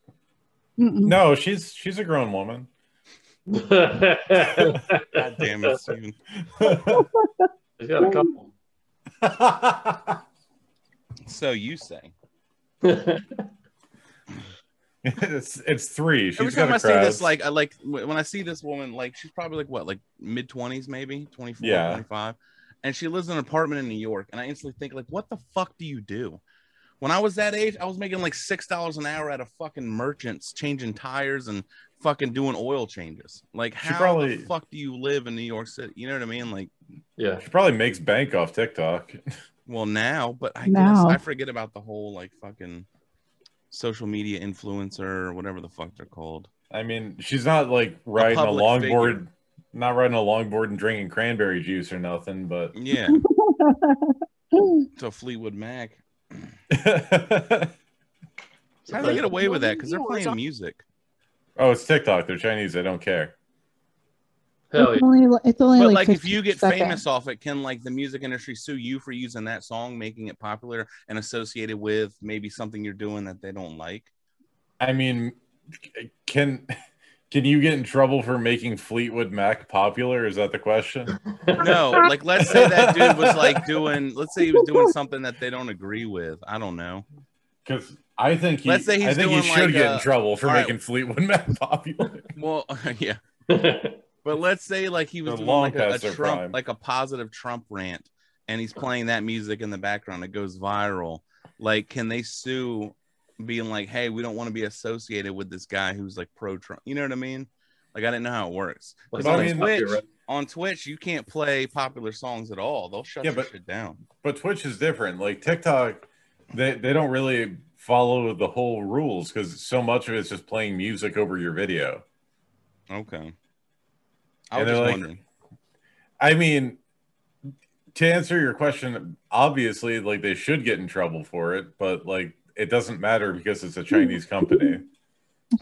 Speaker 2: Mm.
Speaker 4: Mm-mm.
Speaker 1: No, she's she's a grown woman.
Speaker 2: God damn it, Steven.
Speaker 3: She's got a couple.
Speaker 2: So you say.
Speaker 1: it's it's three. She's
Speaker 2: Every
Speaker 1: got
Speaker 2: time
Speaker 1: a
Speaker 2: I see this,
Speaker 1: crowd.
Speaker 2: like I like w- when I see this woman, like she's probably like what, like mid twenties, maybe 24,
Speaker 1: Yeah.
Speaker 2: 25. And she lives in an apartment in New York. And I instantly think, like, what the fuck do you do? When I was that age, I was making like six dollars an hour at a fucking merchant's changing tires and fucking doing oil changes. Like
Speaker 1: She
Speaker 2: how
Speaker 1: probably-
Speaker 2: the fuck do you live in New York City? You know what I mean? Like,
Speaker 3: yeah.
Speaker 1: she probably makes bank off TikTok.
Speaker 2: well now, but I
Speaker 4: Now.
Speaker 2: guess I forget about the whole like fucking social media influencer or whatever the fuck they're called.
Speaker 1: I mean, she's not like riding a,
Speaker 2: public
Speaker 1: longboard,
Speaker 2: figure.
Speaker 1: not riding a longboard and drinking cranberry juice or nothing. But
Speaker 2: Yeah. to Fleetwood Mac. How do they get away with that? Because they're playing music.
Speaker 1: oh, it's TikTok. They're Chinese. They don't care.
Speaker 3: Hell
Speaker 4: It's
Speaker 3: yeah.
Speaker 4: only, it's only
Speaker 2: But
Speaker 4: like,
Speaker 2: like, if you
Speaker 4: 15
Speaker 2: get
Speaker 4: seconds.
Speaker 2: famous off it, can like the music industry sue you for using that song, making it popular and associated with maybe something you're doing that they don't like?
Speaker 1: I mean, c- can can you get in trouble for making Fleetwood Mac popular? Is that the question?
Speaker 2: No, like let's say that dude was like doing, let's say he was doing something that they don't agree with. I don't know.
Speaker 1: Because I think he,
Speaker 2: Let's say
Speaker 1: I
Speaker 2: he's
Speaker 1: think he
Speaker 2: doing,
Speaker 1: should
Speaker 2: like,
Speaker 1: get
Speaker 2: uh,
Speaker 1: in trouble for
Speaker 2: all right.
Speaker 1: making Fleetwood Mac popular.
Speaker 2: Well, yeah, but let's say like he was
Speaker 1: They're
Speaker 2: doing
Speaker 1: long
Speaker 2: like a, a
Speaker 1: past their
Speaker 2: Trump,
Speaker 1: prime.
Speaker 2: like a positive Trump rant, and he's playing that music in the background. It goes viral. Like, can they sue, being like, "Hey, we don't want to be associated with this guy who's like pro Trump." You know what I mean? Like, I didn't know how it works. 'Cause
Speaker 1: I
Speaker 2: on
Speaker 1: mean-
Speaker 2: Twitch, on Twitch, you can't play popular songs at all. They'll shut
Speaker 1: Yeah,
Speaker 2: your
Speaker 1: but-
Speaker 2: shit down.
Speaker 1: but Twitch is different. Like TikTok, they they don't really follow the whole rules because so much of it's just playing music over your video.
Speaker 2: Okay. I
Speaker 1: And they're
Speaker 2: was just
Speaker 1: like-
Speaker 2: wondering.
Speaker 1: I mean, to answer your question, obviously, like they should get in trouble for it, but like it doesn't matter because it's a Chinese company.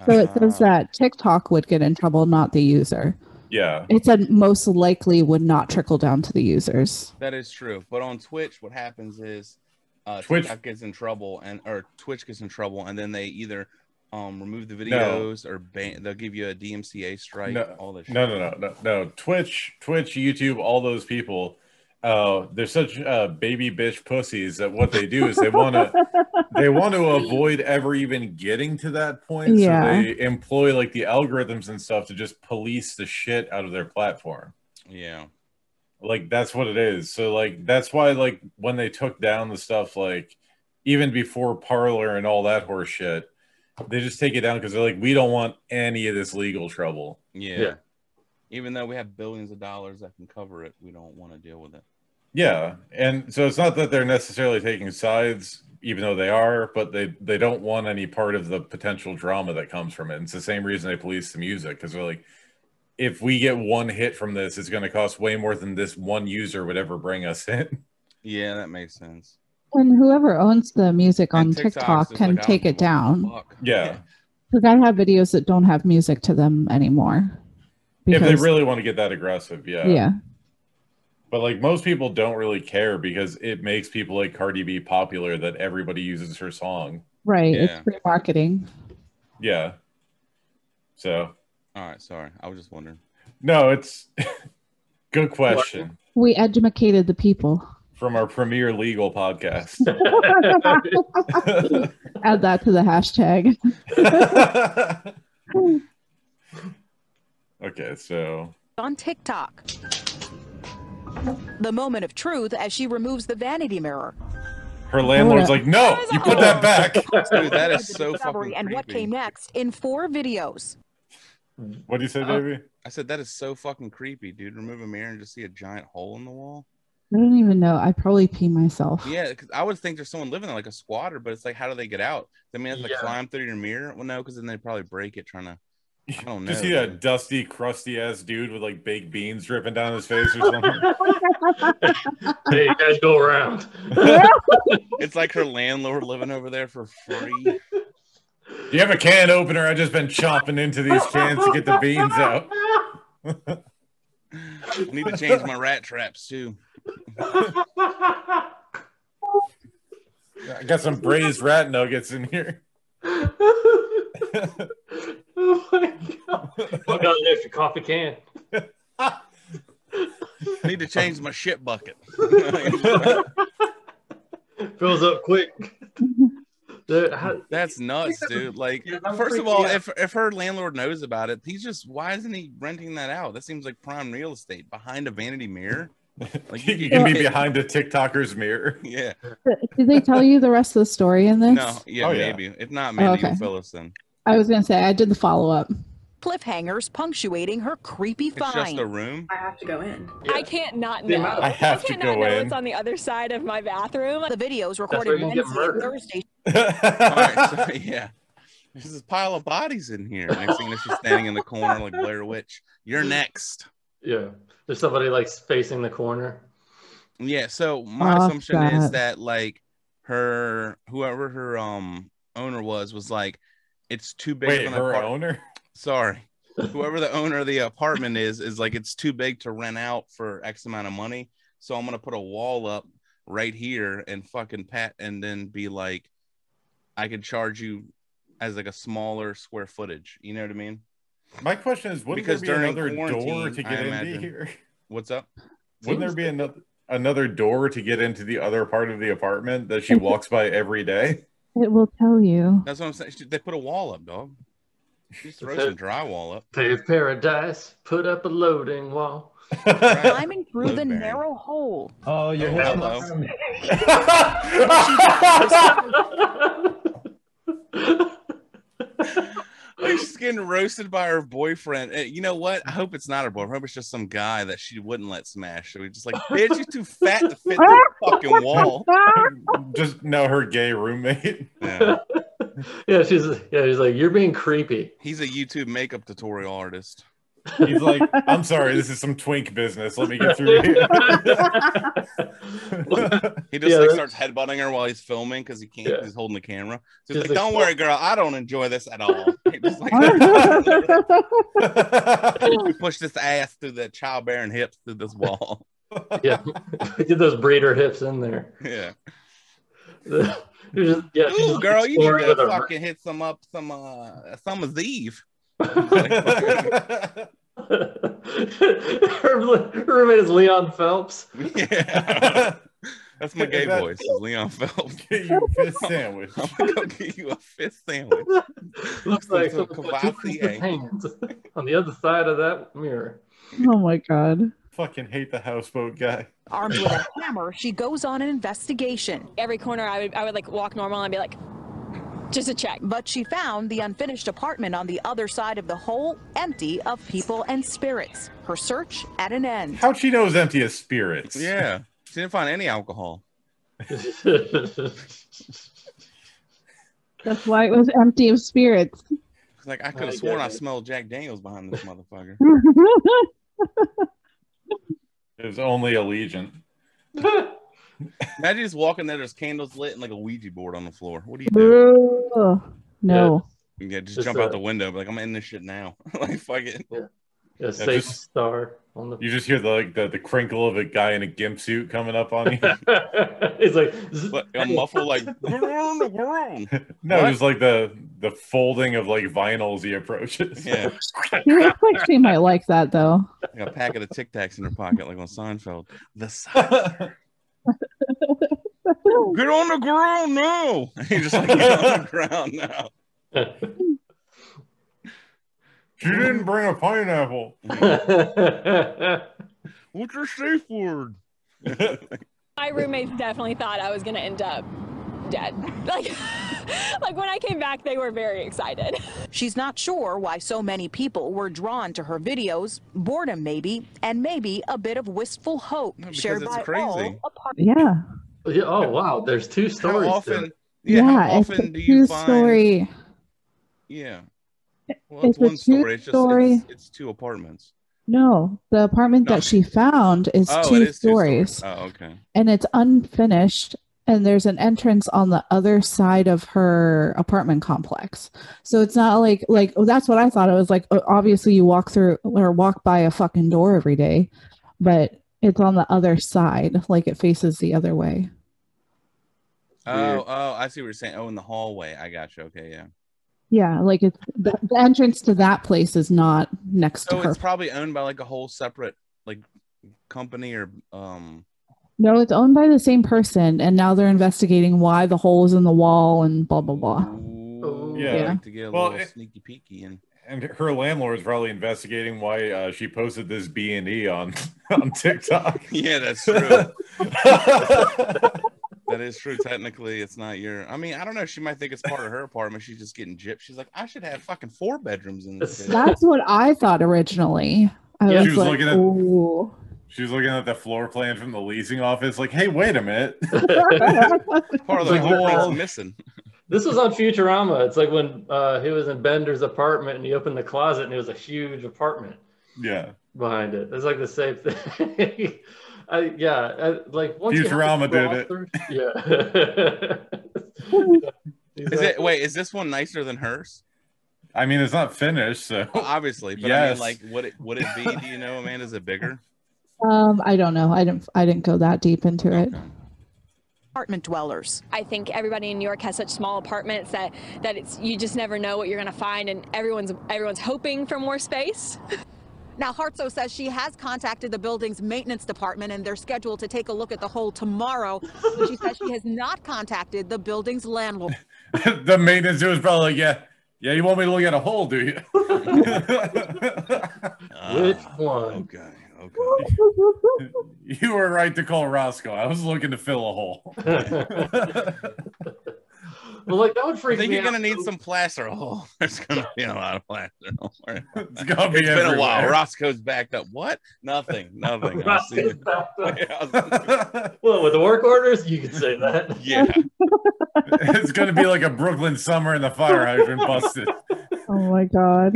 Speaker 4: So it says
Speaker 2: Ah.
Speaker 4: that TikTok would get in trouble, not the user.
Speaker 1: Yeah.
Speaker 4: It said most likely would not trickle down to the users.
Speaker 2: That is true. But on Twitch, what happens is uh,
Speaker 1: Twitch-
Speaker 2: TikTok gets in trouble, and or Twitch gets in trouble, and then they either um, remove the videos or ban. They'll give you a DMCA strike.
Speaker 1: No,
Speaker 2: all this.
Speaker 1: No,
Speaker 2: shit.
Speaker 1: no, no, no, no. Twitch, Twitch, YouTube, all those people. Uh, they're such uh, baby bitch pussies that what they do is they want to they want to avoid ever even getting to that point.
Speaker 4: Yeah.
Speaker 1: So they employ like the algorithms and stuff to just police the shit out of their platform.
Speaker 2: Yeah.
Speaker 1: like that's what it is so like that's why like when they took down the stuff like even before parlor and all that horse shit they just take it down because they're like we don't want any of this legal trouble
Speaker 2: yeah,
Speaker 3: Yeah.
Speaker 2: Even though we have billions of dollars that can cover it, we don't want to deal with it.
Speaker 1: yeah and so it's not that they're necessarily taking sides even though they are but they they don't want any part of the potential drama that comes from it and it's the same reason they police the music because they're like if we get one hit from this it's going to cost way more than this one user would ever bring us in
Speaker 2: Yeah, that makes sense.
Speaker 4: And whoever owns the music on
Speaker 2: And TikTok's
Speaker 4: TikTok
Speaker 2: just
Speaker 4: can
Speaker 2: like, I
Speaker 4: take
Speaker 2: don't
Speaker 4: it
Speaker 2: know what the
Speaker 4: down.
Speaker 2: fuck.
Speaker 1: Yeah.
Speaker 4: Because I have videos that don't have music to them anymore.
Speaker 1: if they really want to get that aggressive
Speaker 4: yeah.
Speaker 1: But like most people don't really care because it makes people like Cardi B popular that everybody uses her song.
Speaker 4: Right.
Speaker 2: Yeah.
Speaker 4: It's free marketing.
Speaker 1: Yeah. So
Speaker 2: All right. Sorry, I was just wondering.
Speaker 1: no, it's good question.
Speaker 4: We edumacated the people.
Speaker 1: from our premier legal podcast.
Speaker 4: Add that to the hashtag.
Speaker 1: okay, so
Speaker 6: on TikTok. The moment of truth as she removes the vanity mirror.
Speaker 1: her landlord's like, "No, you put that back."
Speaker 2: Dude, that is so
Speaker 6: Discovery
Speaker 2: fucking
Speaker 6: and what
Speaker 2: creepy.
Speaker 6: came next in four videos.
Speaker 1: What do you say, Davey?
Speaker 2: I said that is so fucking creepy, dude. Remove a mirror and just see a giant hole in the wall.
Speaker 4: I don't even know. I probably pee myself.
Speaker 2: Yeah, because I would think there's someone living there, like a squatter, but it's like, how do they get out? They may have to
Speaker 3: Yeah.
Speaker 2: climb through your mirror. Well, no, because then they probably break it trying to. I don't know.
Speaker 1: Just see a
Speaker 2: dude.
Speaker 1: dusty, crusty ass dude with like baked beans dripping down his face or something.
Speaker 3: hey, you guys go around.
Speaker 2: It's like her landlord living over there for free.
Speaker 1: Do you have a can opener? I've just been chomping into these cans to get the beans out.
Speaker 2: I need to change my rat traps too. Oh
Speaker 1: I got some braised rat nuggets in here.
Speaker 3: oh my god! What got an extra coffee can?
Speaker 2: Need to change my shit bucket.
Speaker 3: Fills up quick. Dude, how-
Speaker 2: That's nuts, dude. Like,
Speaker 3: Yeah, I'm
Speaker 2: first of
Speaker 3: freaking
Speaker 2: all,
Speaker 3: out.
Speaker 2: if if her landlord knows about it, he's just why isn't he renting that out? That seems like prime real estate behind a vanity mirror. Like
Speaker 1: You can be behind a TikToker's mirror.
Speaker 2: Yeah.
Speaker 4: Did they tell you the rest of the story in this?
Speaker 2: No. Yeah.
Speaker 1: Oh, yeah.
Speaker 2: maybe. If not, Mandy
Speaker 4: okay.
Speaker 2: and Phyllis. Then
Speaker 4: I was gonna say I did the follow up.
Speaker 6: Cliffhangers punctuating her creepy
Speaker 2: it's just a
Speaker 6: find.
Speaker 2: room.
Speaker 5: I have to go in.
Speaker 7: I can't not
Speaker 3: The amount
Speaker 7: know.
Speaker 3: of-
Speaker 1: I have to
Speaker 7: can't
Speaker 1: go
Speaker 7: not know
Speaker 1: in.
Speaker 7: what's on the other side of my bathroom.
Speaker 6: The videos
Speaker 3: where
Speaker 6: recorded
Speaker 3: you get
Speaker 6: Wednesday and
Speaker 3: murdered.
Speaker 6: Thursday
Speaker 2: All right, so, yeah. There's this pile of bodies in here. Next thing you know, she's standing in the corner like Blair Witch. You're next.
Speaker 3: yeah, there's somebody like facing the corner.
Speaker 2: Yeah, so my
Speaker 4: Oh,
Speaker 2: assumption is
Speaker 4: God.
Speaker 2: that like her whoever her um owner was was like it's too big
Speaker 1: Wait,
Speaker 2: of an
Speaker 1: her
Speaker 2: apart-
Speaker 1: owner?
Speaker 2: sorry. Whoever the owner of the apartment is is like it's too big to rent out for X amount of money. So I'm gonna put a wall up right here and fucking pat and then be like I could charge you as like a smaller square footage. You know what I mean?
Speaker 1: My question is, wouldn't
Speaker 2: Because
Speaker 1: there be
Speaker 2: during
Speaker 1: another door
Speaker 2: quarantine,
Speaker 1: to
Speaker 2: I
Speaker 1: get into
Speaker 2: imagine.
Speaker 1: here?
Speaker 2: What's up?
Speaker 1: Wouldn't there be another another door to get into the other part of the apartment that she walks by every day?
Speaker 4: It will tell you.
Speaker 2: That's what I'm saying. She- They put a wall up, dog. Just throw
Speaker 3: That's
Speaker 2: some
Speaker 3: it.
Speaker 2: drywall up.
Speaker 3: Pave paradise, put up a loading wall.
Speaker 6: climbing through the
Speaker 2: Blueberry.
Speaker 6: narrow hole.
Speaker 8: Oh, you're
Speaker 2: Oh,
Speaker 8: hitting
Speaker 2: hello.
Speaker 8: my stomach.
Speaker 2: Like, she's getting roasted by her boyfriend. Eh, you know what? I hope it's not her boyfriend. I hope it's just some guy that she wouldn't let smash. So we just like, bitch, you're too fat to fit through a fucking wall.
Speaker 1: Just no, her gay roommate.
Speaker 2: Yeah.
Speaker 3: yeah, she's yeah, she's like, you're being creepy.
Speaker 2: He's a YouTube makeup tutorial artist.
Speaker 1: He's like, I'm sorry, this is some twink business. Let me get through here.
Speaker 2: He just
Speaker 3: Yeah,
Speaker 2: like
Speaker 3: that's-
Speaker 2: starts headbutting her while he's filming because he can't.
Speaker 3: Yeah.
Speaker 2: He's holding the camera. So
Speaker 3: She's
Speaker 2: he's like,
Speaker 3: like,
Speaker 2: "Don't worry, girl. I don't enjoy this at all." He just, like,
Speaker 4: That's
Speaker 2: we push this ass through the childbearing hips through this wall.
Speaker 3: yeah, get those breeder hips in there.
Speaker 2: Yeah.
Speaker 3: You're just, yeah, she's
Speaker 2: Ooh,
Speaker 3: just
Speaker 2: girl, you need
Speaker 3: exploring
Speaker 2: to
Speaker 3: with her-
Speaker 2: fucking hit some up some uh summer's eve.
Speaker 3: her her roommate is Leon Phelps.
Speaker 2: Yeah. That's my gay
Speaker 1: That-
Speaker 2: voice, is Leon Phelps.
Speaker 1: get you a fish sandwich.
Speaker 2: I'm gonna go get you a fish sandwich.
Speaker 3: Looks like
Speaker 2: Some
Speaker 3: someone put two
Speaker 2: Kvassier.
Speaker 3: Christmas hands on the other side of that mirror.
Speaker 4: oh my god.
Speaker 1: Fucking hate the houseboat guy.
Speaker 6: Armed with a hammer, she goes on an investigation.
Speaker 7: Every corner, I would I would like walk normal and be like, just to check.
Speaker 6: But she found the unfinished apartment on the other side of the hole empty of people and spirits. Her search at an end.
Speaker 1: How she knows empty as spirits.
Speaker 2: Yeah. She didn't find any alcohol.
Speaker 4: That's why it was empty of spirits.
Speaker 2: It's Like I could
Speaker 3: I
Speaker 2: have sworn
Speaker 3: get
Speaker 2: I
Speaker 3: it.
Speaker 2: smelled Jack Daniels behind this motherfucker.
Speaker 1: It was only Allegiant.
Speaker 2: Imagine just walking there, there's candles lit and like a Ouija board on the floor. What do you do?
Speaker 4: Ooh, no.
Speaker 2: Yeah, just,
Speaker 3: Just,
Speaker 2: jump
Speaker 3: uh,
Speaker 2: out the window. be Like I'm in this shit now. like fuck it.
Speaker 3: A safe
Speaker 1: just-
Speaker 3: star on the.
Speaker 1: You just hear the like the, the crinkle of a guy in a gimp suit coming up on you.
Speaker 3: it's like zzz,
Speaker 2: But a muffle like yeah.
Speaker 1: no,
Speaker 2: What?
Speaker 1: just like the the folding of like vinyls he approaches.
Speaker 4: You look like she might like that though.
Speaker 2: Like a packet of Tic Tacs in her pocket, like on Seinfeld. The sizer. get on the ground now. You're just like get on the ground now.
Speaker 1: she didn't bring a pineapple.
Speaker 2: What's your safe word?
Speaker 7: My roommate definitely thought I was gonna end up dead. Like, like when I came back, they were very excited.
Speaker 6: She's not sure why so many people were drawn to her videos, boredom maybe, and maybe a bit of wistful hope
Speaker 2: No, because
Speaker 6: shared
Speaker 2: it's
Speaker 6: by
Speaker 2: crazy.
Speaker 6: all apart.
Speaker 4: Yeah.
Speaker 3: Yeah, oh wow, there's
Speaker 2: How
Speaker 3: two stories.
Speaker 2: often?
Speaker 3: there.
Speaker 2: Yeah. how
Speaker 4: it's
Speaker 2: often
Speaker 4: a
Speaker 2: do you
Speaker 4: true
Speaker 2: find?
Speaker 4: story.
Speaker 2: Yeah. Well, it's,
Speaker 4: It's a
Speaker 2: one story.
Speaker 4: true
Speaker 2: It's just
Speaker 4: story.
Speaker 2: It's, it's two apartments.
Speaker 4: No, the apartment
Speaker 2: No.
Speaker 4: that she found is
Speaker 2: Oh,
Speaker 4: two
Speaker 2: it is two
Speaker 4: stories,
Speaker 2: Oh, okay.
Speaker 4: and it's unfinished. And there's an entrance on the other side of her apartment complex. So it's not like like oh, that's what I thought. It was like oh, obviously you walk through or walk by a fucking door every day, but it's on the other side, like it faces the other way.
Speaker 2: Oh, oh, I see what you're saying. Oh, in the hallway. I got you. Okay, yeah.
Speaker 4: Yeah, like it's the, the entrance to that place is not next
Speaker 2: So
Speaker 4: to her.
Speaker 2: it's probably owned by like a whole separate like company or um.
Speaker 4: No, it's owned by the same person, and now they're investigating why the hole is in the wall and blah blah blah.
Speaker 2: Ooh,
Speaker 3: Yeah.
Speaker 2: I like to get a
Speaker 1: Well,
Speaker 2: little
Speaker 1: it-
Speaker 2: sneaky peeky and
Speaker 1: And her landlord's probably investigating why uh, she posted this B and E on on TikTok.
Speaker 2: yeah, that's true.
Speaker 1: That's
Speaker 2: that is true. Technically, it's not your. I mean, I don't know. She might think it's part of her apartment. She's just getting gypped. She's like, I should have fucking four bedrooms in this. bitch.
Speaker 4: That's what I thought originally. I
Speaker 1: Yeah.
Speaker 4: was,
Speaker 1: She was
Speaker 4: like,
Speaker 1: looking at-
Speaker 4: "Ooh."
Speaker 1: She was looking at the floor plan from the leasing office, like, "Hey, wait a minet
Speaker 2: Part of the
Speaker 1: Like,
Speaker 2: whole
Speaker 1: well-
Speaker 2: thing's missing.
Speaker 3: this was on Futurama. It's like when uh, he was in Bender's apartment and he opened the closet and it was a huge apartment.
Speaker 1: Yeah,
Speaker 3: behind it. It's like the same thing. I, yeah, I, like once you have
Speaker 1: Futurama
Speaker 3: the
Speaker 1: did it.
Speaker 3: roster- Yeah.
Speaker 2: Is it? Wait, is this one nicer than hers?
Speaker 1: I mean, it's not finished, so
Speaker 2: Well, obviously, but I mean,
Speaker 1: Yes.
Speaker 2: like, would it would it be? Do you know, Amanda? Is it bigger?
Speaker 4: Um, I don't know. I didn't. I didn't go that deep into it.
Speaker 2: Okay.
Speaker 6: apartment dwellers.
Speaker 7: I think everybody in New York has such small apartments that that it's you just never know what you're gonna find, and everyone's everyone's hoping for more space.
Speaker 6: Now, Hartso says she has contacted the building's maintenance department and they're scheduled to take a look at the hole tomorrow. But she says she has not contacted the building's landlord.
Speaker 1: the maintenance dude was probably like, "Yeah, yeah, you want me to look at a hole, do you?"
Speaker 2: Ah,
Speaker 3: Which one?
Speaker 2: Okay. Okay.
Speaker 1: you were right to call Roscoe. I was looking to fill a hole.
Speaker 3: Well, like that would
Speaker 2: I
Speaker 3: freak
Speaker 2: think
Speaker 3: me
Speaker 2: you're gonna
Speaker 3: out.
Speaker 2: need some plaster. Oh, there's gonna be a lot of plaster. Don't worry.
Speaker 1: it's gonna be
Speaker 2: It's been a while.
Speaker 1: Oh, everywhere.
Speaker 2: Roscoe's backed up. What? Nothing. Nothing. I'll see you.
Speaker 3: well, with the work orders, you could say that.
Speaker 2: yeah.
Speaker 1: it's gonna be like a Brooklyn summer and the fire hydrant busted.
Speaker 4: Oh my god.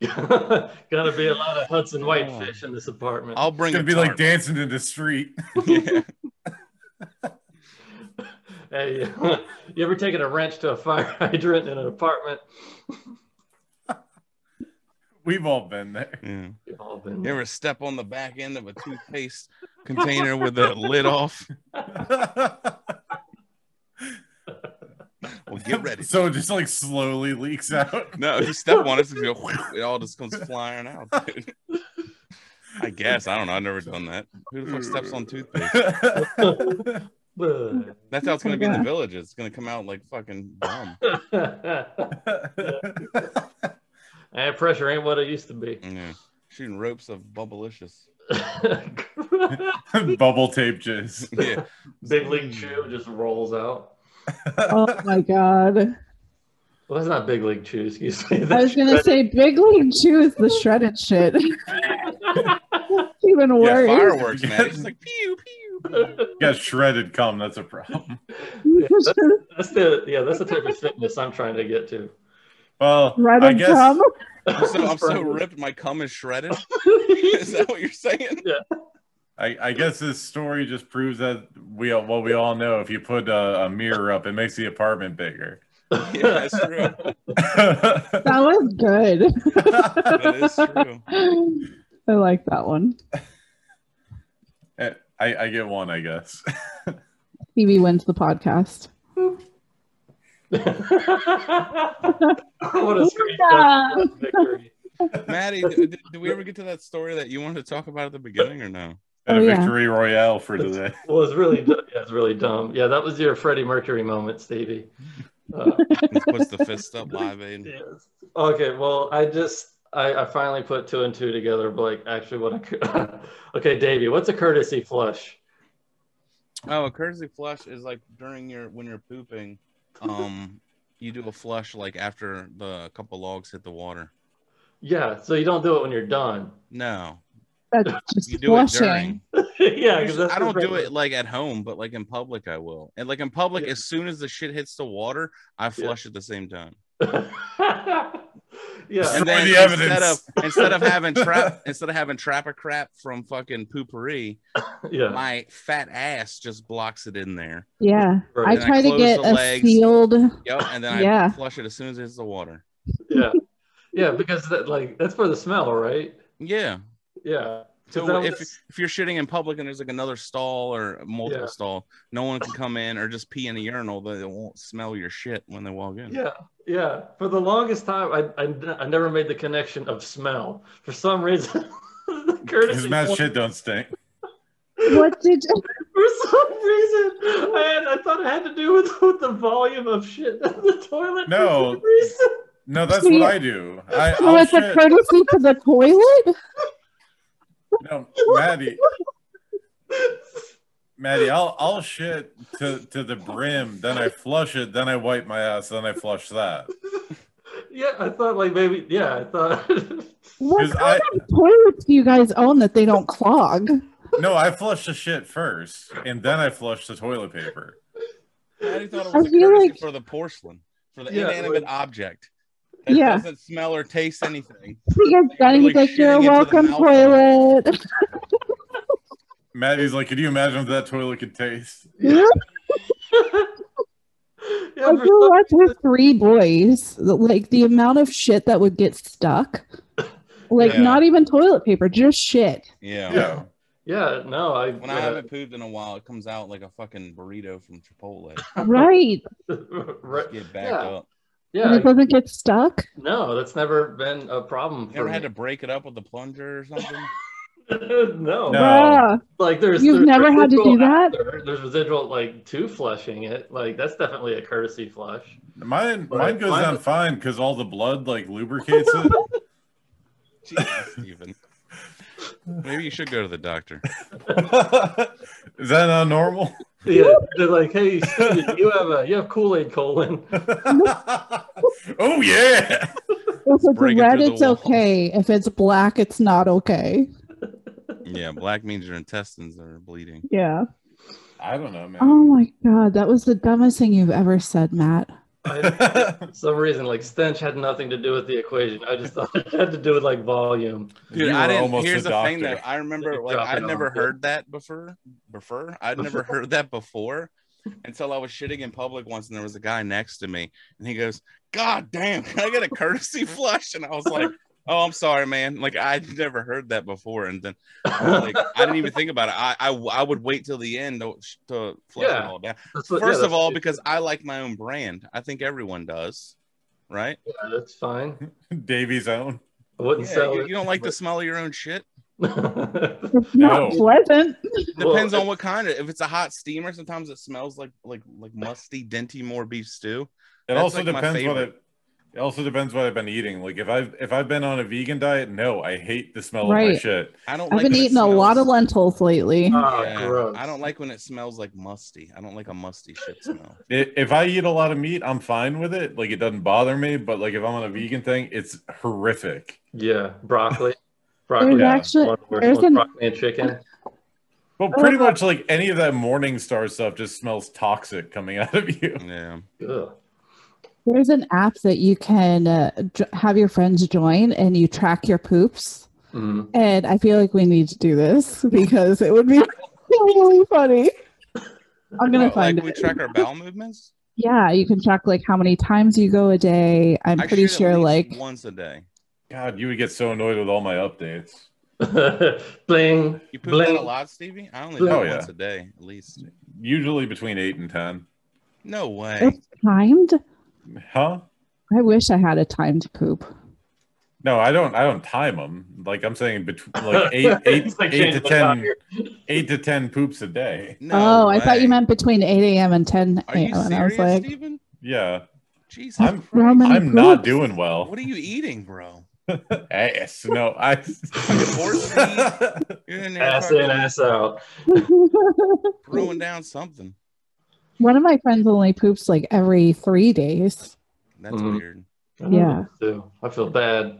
Speaker 3: Gotta be a lot of Hudson Whitefish in this apartment.
Speaker 2: I'll bring
Speaker 1: It's
Speaker 2: it.
Speaker 1: gonna be like dancing in the street.
Speaker 3: Hey, you ever taken a wrench to a fire hydrant in an apartment?
Speaker 1: We've all been there.
Speaker 2: Yeah.
Speaker 3: We've all been
Speaker 2: You ever step on the back end of a toothpaste container with the lid off? Well, get ready.
Speaker 1: So it just like slowly leaks out.
Speaker 2: No, if you step on it, it's gonna go, it all just comes flying out, dude. I guess. I don't know. I've never done that. Who the fuck steps on toothpaste?
Speaker 3: Ugh.
Speaker 2: That's how it's gonna be in the villages. It's gonna come out like fucking bomb.
Speaker 3: that pressure ain't what it used to be.
Speaker 2: Yeah. Shooting ropes of bubblicious. Mm.
Speaker 1: Bubble tape jizz.
Speaker 2: Yeah.
Speaker 3: Big
Speaker 2: Mm.
Speaker 3: League Chew just rolls out.
Speaker 4: Oh my god.
Speaker 3: Well, that's not Big League Chew, excuse me.
Speaker 4: I was gonna say Big League Chew is the shredded shit. Even
Speaker 2: Yeah,
Speaker 4: worse.
Speaker 2: fireworks, man. It's just like pew pew.
Speaker 1: Got shredded cum. That's a problem.
Speaker 3: that's the yeah, that's the type of fitness I'm trying to get to.
Speaker 1: Well, I
Speaker 4: shredded
Speaker 1: guess
Speaker 4: cum.
Speaker 2: I'm so, I'm so ripped. My cum is shredded. Is that what you're saying?
Speaker 1: I, I guess this story just proves that we all- what we all know. If you put a, a mirror up, it makes the apartment bigger.
Speaker 2: Yeah, that's true.
Speaker 1: that
Speaker 4: That was good.
Speaker 2: That is true.
Speaker 4: I like that one.
Speaker 1: I, I get one, I guess.
Speaker 4: Oh, Phoebe wins the podcast.
Speaker 3: what a
Speaker 4: Yeah.
Speaker 3: screenshot of victory.
Speaker 2: Maddie, do, do- do we ever get to that story that you wanted to talk about at the beginning or no?
Speaker 1: And
Speaker 4: Oh,
Speaker 1: a
Speaker 4: yeah.
Speaker 1: victory royale for today.
Speaker 3: Well, it's really, du- yeah, it's really dumb. Yeah, that was your Freddie Mercury moment, Stevie. Uh,
Speaker 2: He puts the fist up live aid.
Speaker 3: Yes. Okay. Well, I just I, I finally put two and two together, but like actually what I could. okay, Davey, what's a courtesy flush?
Speaker 2: Oh, a courtesy flush is like during your when you're pooping, um, you do a flush like after the couple logs hit the water.
Speaker 3: Yeah, so you don't do it when you're done.
Speaker 2: No,
Speaker 4: That's just
Speaker 2: you do it
Speaker 4: flushing.
Speaker 2: during.
Speaker 3: yeah, because
Speaker 2: Usually- I don't do it like at home, but like in public, I will. And like in public, as soon as the shit hits the water, I flush at the same time.
Speaker 3: yeah.
Speaker 1: Destroy the
Speaker 2: instead of
Speaker 1: evidence.
Speaker 2: instead of having trap instead of having trapper crap from fucking poopery,
Speaker 3: Yeah.
Speaker 2: my fat ass just blocks it in there.
Speaker 4: Yeah.
Speaker 3: Right.
Speaker 4: I
Speaker 2: then I
Speaker 4: try to
Speaker 2: close
Speaker 4: get
Speaker 2: the
Speaker 4: a
Speaker 2: legs.
Speaker 4: sealed.
Speaker 2: Yep, and then I
Speaker 4: Yeah.
Speaker 2: flush it as soon as it hits the water.
Speaker 3: yeah. Yeah, because that, like that's for the smell, right?
Speaker 2: Yeah.
Speaker 3: Yeah. 'Cause
Speaker 2: So
Speaker 3: that
Speaker 2: if
Speaker 3: was-
Speaker 2: if you're shitting in public and there's like another stall or multiple
Speaker 3: Yeah.
Speaker 2: stall, no one can come in or just pee in a urinal. They won't smell your shit when they walk in.
Speaker 3: Yeah, yeah. For the longest time, I, I, I never made the connection of smell. For some reason, the
Speaker 1: His
Speaker 3: courtesy.
Speaker 1: mouth
Speaker 3: flush-
Speaker 1: shit don't stink.
Speaker 4: What did
Speaker 3: For some reason, I, had, I thought it had to do with, with the volume of shit in the toilet.
Speaker 1: No.
Speaker 3: For some reason.
Speaker 1: No, that's
Speaker 4: See-
Speaker 1: what I do. I,
Speaker 4: Oh,
Speaker 1: I'll
Speaker 4: it's a
Speaker 1: shit-
Speaker 4: courtesy to the toilet?
Speaker 1: No, Maddie, Maddie, I'll I'll shit to to the brim, then I flush it, then I wipe my ass, then I flush that.
Speaker 3: Yeah, I thought like maybe. Yeah, I thought.
Speaker 4: What
Speaker 1: 'Cause
Speaker 4: kind
Speaker 1: I-
Speaker 4: of toilets do you guys own that they don't clog?
Speaker 1: No, I flush the shit first, and then I flush the toilet paper.
Speaker 2: I thought it
Speaker 4: I
Speaker 2: was a
Speaker 4: feel
Speaker 2: courtesy
Speaker 4: like-
Speaker 2: for the porcelain, for the
Speaker 3: Yeah,
Speaker 2: inanimate
Speaker 3: like-
Speaker 2: object that
Speaker 4: Yeah.
Speaker 2: doesn't smell or taste anything.
Speaker 4: Because then
Speaker 2: Really
Speaker 4: he's like,
Speaker 2: shitting
Speaker 4: "You're
Speaker 2: into the
Speaker 4: welcome,
Speaker 2: mouth.
Speaker 4: toilet."
Speaker 1: Maddie's like, could you imagine if that toilet could taste?
Speaker 3: yeah,
Speaker 4: I
Speaker 3: for
Speaker 4: grew
Speaker 3: some,
Speaker 4: up with three boys. Like the amount of shit that would get stuck, like
Speaker 2: Yeah.
Speaker 4: not even toilet paper, just shit.
Speaker 2: Yeah.
Speaker 1: Yeah.
Speaker 3: yeah, no, I.
Speaker 2: When I
Speaker 3: yeah,
Speaker 2: haven't pooped in a while, it comes out like a fucking burrito from Chipotle.
Speaker 4: Right?
Speaker 3: right,
Speaker 2: Just Get backed
Speaker 3: Yeah.
Speaker 2: up.
Speaker 4: And
Speaker 3: yeah,
Speaker 4: it doesn't get stuck.
Speaker 3: no, that's never been a problem.
Speaker 2: You
Speaker 3: For
Speaker 2: ever had
Speaker 3: me.
Speaker 2: to break it up with a plunger or something?
Speaker 1: No.
Speaker 3: no.
Speaker 4: Bruh.
Speaker 3: like there's there's
Speaker 4: You've never had to
Speaker 3: residual
Speaker 4: do that?
Speaker 3: after, there's residual like two flushing it like that's definitely a courtesy flush
Speaker 1: Mine
Speaker 3: But
Speaker 1: mine goes
Speaker 3: mine-
Speaker 1: down fine because all the blood like lubricates it.
Speaker 2: Jesus, Steven. Maybe you should go to the doctor.
Speaker 1: Is that not normal?
Speaker 3: yeah they're like hey Stevie, you have a you have kool-aid colon
Speaker 1: oh yeah.
Speaker 4: If it's
Speaker 2: Break it
Speaker 4: red,
Speaker 2: through the
Speaker 4: it's
Speaker 2: wall.
Speaker 4: okay. If it's black, it's not okay.
Speaker 2: Yeah, black means your intestines are bleeding.
Speaker 4: Yeah.
Speaker 1: I don't know, man.
Speaker 4: Oh my god, that was the dumbest thing you've ever said, Matt.
Speaker 3: I, for some reason like stench had nothing to do with the equation i just thought it had to do with like volume
Speaker 2: Dude,
Speaker 1: You
Speaker 2: I
Speaker 1: were
Speaker 2: didn't.
Speaker 1: almost
Speaker 2: here's
Speaker 1: a
Speaker 2: the thing, though.
Speaker 1: doctor.
Speaker 2: I remember,
Speaker 3: You're
Speaker 2: like, I'd
Speaker 3: dropping
Speaker 2: never
Speaker 3: on it.
Speaker 2: heard that before. Before, I'd never heard that before until I was shitting in public once, and there was a guy next to me, and he goes, "God damn, can I get a courtesy flush?" And I was like, "Oh, I'm sorry, man. Like, I'd never heard that before." And then, Oh, like, I didn't even think about it. I, I, I would wait till the end to, to flush it
Speaker 3: Yeah.
Speaker 2: all down.
Speaker 3: That's what- yeah,
Speaker 2: First of
Speaker 3: that's-
Speaker 2: all, because I like my own brand. I think everyone does, right?
Speaker 3: yeah, that's fine
Speaker 1: Davy's own.
Speaker 3: i wouldn't
Speaker 2: Yeah,
Speaker 3: sell
Speaker 2: you,
Speaker 3: it
Speaker 2: you don't like the smell of your own shit.
Speaker 4: It's
Speaker 1: No.
Speaker 4: not pleasant.
Speaker 2: Depends
Speaker 3: Well,
Speaker 2: on what kind of. If it's a hot steamer, sometimes it smells like like like musty, denty, more beef stew.
Speaker 1: It
Speaker 2: That's,
Speaker 1: also
Speaker 2: like, my
Speaker 1: depends what
Speaker 2: favorite.
Speaker 1: it. It also depends what I've been eating. Like if I've if I've been on a vegan diet, no, I hate the smell of my
Speaker 4: Right.
Speaker 1: shit.
Speaker 2: I don't.
Speaker 4: I've
Speaker 2: like
Speaker 4: been
Speaker 2: when it
Speaker 4: eating a lot of
Speaker 2: smells- Uh,
Speaker 4: lentils lately.
Speaker 3: oh,
Speaker 2: Yeah,
Speaker 3: gross.
Speaker 2: I don't like when it smells like musty. I don't like a musty shit smell.
Speaker 1: I- If I eat a lot of meat, I'm fine with it. Like it doesn't bother me. But like if I'm on a vegan thing, it's horrific.
Speaker 3: yeah broccoli broccoli
Speaker 4: There's
Speaker 1: Yeah.
Speaker 4: actually
Speaker 3: One of the worst
Speaker 4: there's
Speaker 3: ones,
Speaker 4: an-
Speaker 3: broccoli and chicken
Speaker 1: Well, pretty much like any of that Morningstar stuff just smells toxic coming out of you.
Speaker 2: Yeah.
Speaker 3: Ugh.
Speaker 4: There's an app that you can uh, j- have your friends join and you track your poops.
Speaker 3: Mhm.
Speaker 4: And I feel like we need to do this because it would be really funny. I'm going
Speaker 2: Well,
Speaker 4: to find
Speaker 2: like we
Speaker 4: it.
Speaker 2: track our bowel movements.
Speaker 4: yeah, you can track like how many times you go a day. I'm
Speaker 2: I
Speaker 4: pretty
Speaker 2: shit at
Speaker 4: sure
Speaker 2: least
Speaker 4: like
Speaker 2: once a day.
Speaker 1: God, you would get so annoyed with all my updates.
Speaker 3: Mm-hmm. Bling.
Speaker 2: You poop
Speaker 3: Blink.
Speaker 2: that a lot, Stevie? I only do
Speaker 1: Oh,
Speaker 2: it
Speaker 1: yeah.
Speaker 2: once a day at least.
Speaker 1: Usually between eight and ten.
Speaker 2: No way.
Speaker 4: it's timed.
Speaker 1: Huh?
Speaker 4: I wish I had a timed poop.
Speaker 1: No, I don't. I don't time them. Like I'm saying, between like eight, eight,
Speaker 3: It's like
Speaker 1: eight to
Speaker 3: James
Speaker 1: ten,
Speaker 3: O'Connor.
Speaker 1: eight to ten poops a day.
Speaker 2: No
Speaker 4: oh, I thought you
Speaker 2: way.
Speaker 4: meant between 8 a.m. and 10
Speaker 2: Are you
Speaker 4: a.m. And I was
Speaker 2: serious,
Speaker 4: like,
Speaker 2: Steven?
Speaker 1: Yeah,
Speaker 2: Jesus
Speaker 1: I'm-
Speaker 2: Christ.
Speaker 4: Roman-
Speaker 1: I'm not
Speaker 4: poops.
Speaker 1: doing well.
Speaker 2: What are you eating, bro?
Speaker 1: Ass. No, I.
Speaker 2: horse meat. You're in there
Speaker 3: Ass in,
Speaker 2: fucking
Speaker 3: ass out.
Speaker 2: throwing down something.
Speaker 4: one of my friends only poops like every three days.
Speaker 2: That's
Speaker 3: Mhm.
Speaker 2: weird.
Speaker 3: I know
Speaker 4: Yeah.
Speaker 3: that too. I feel bad.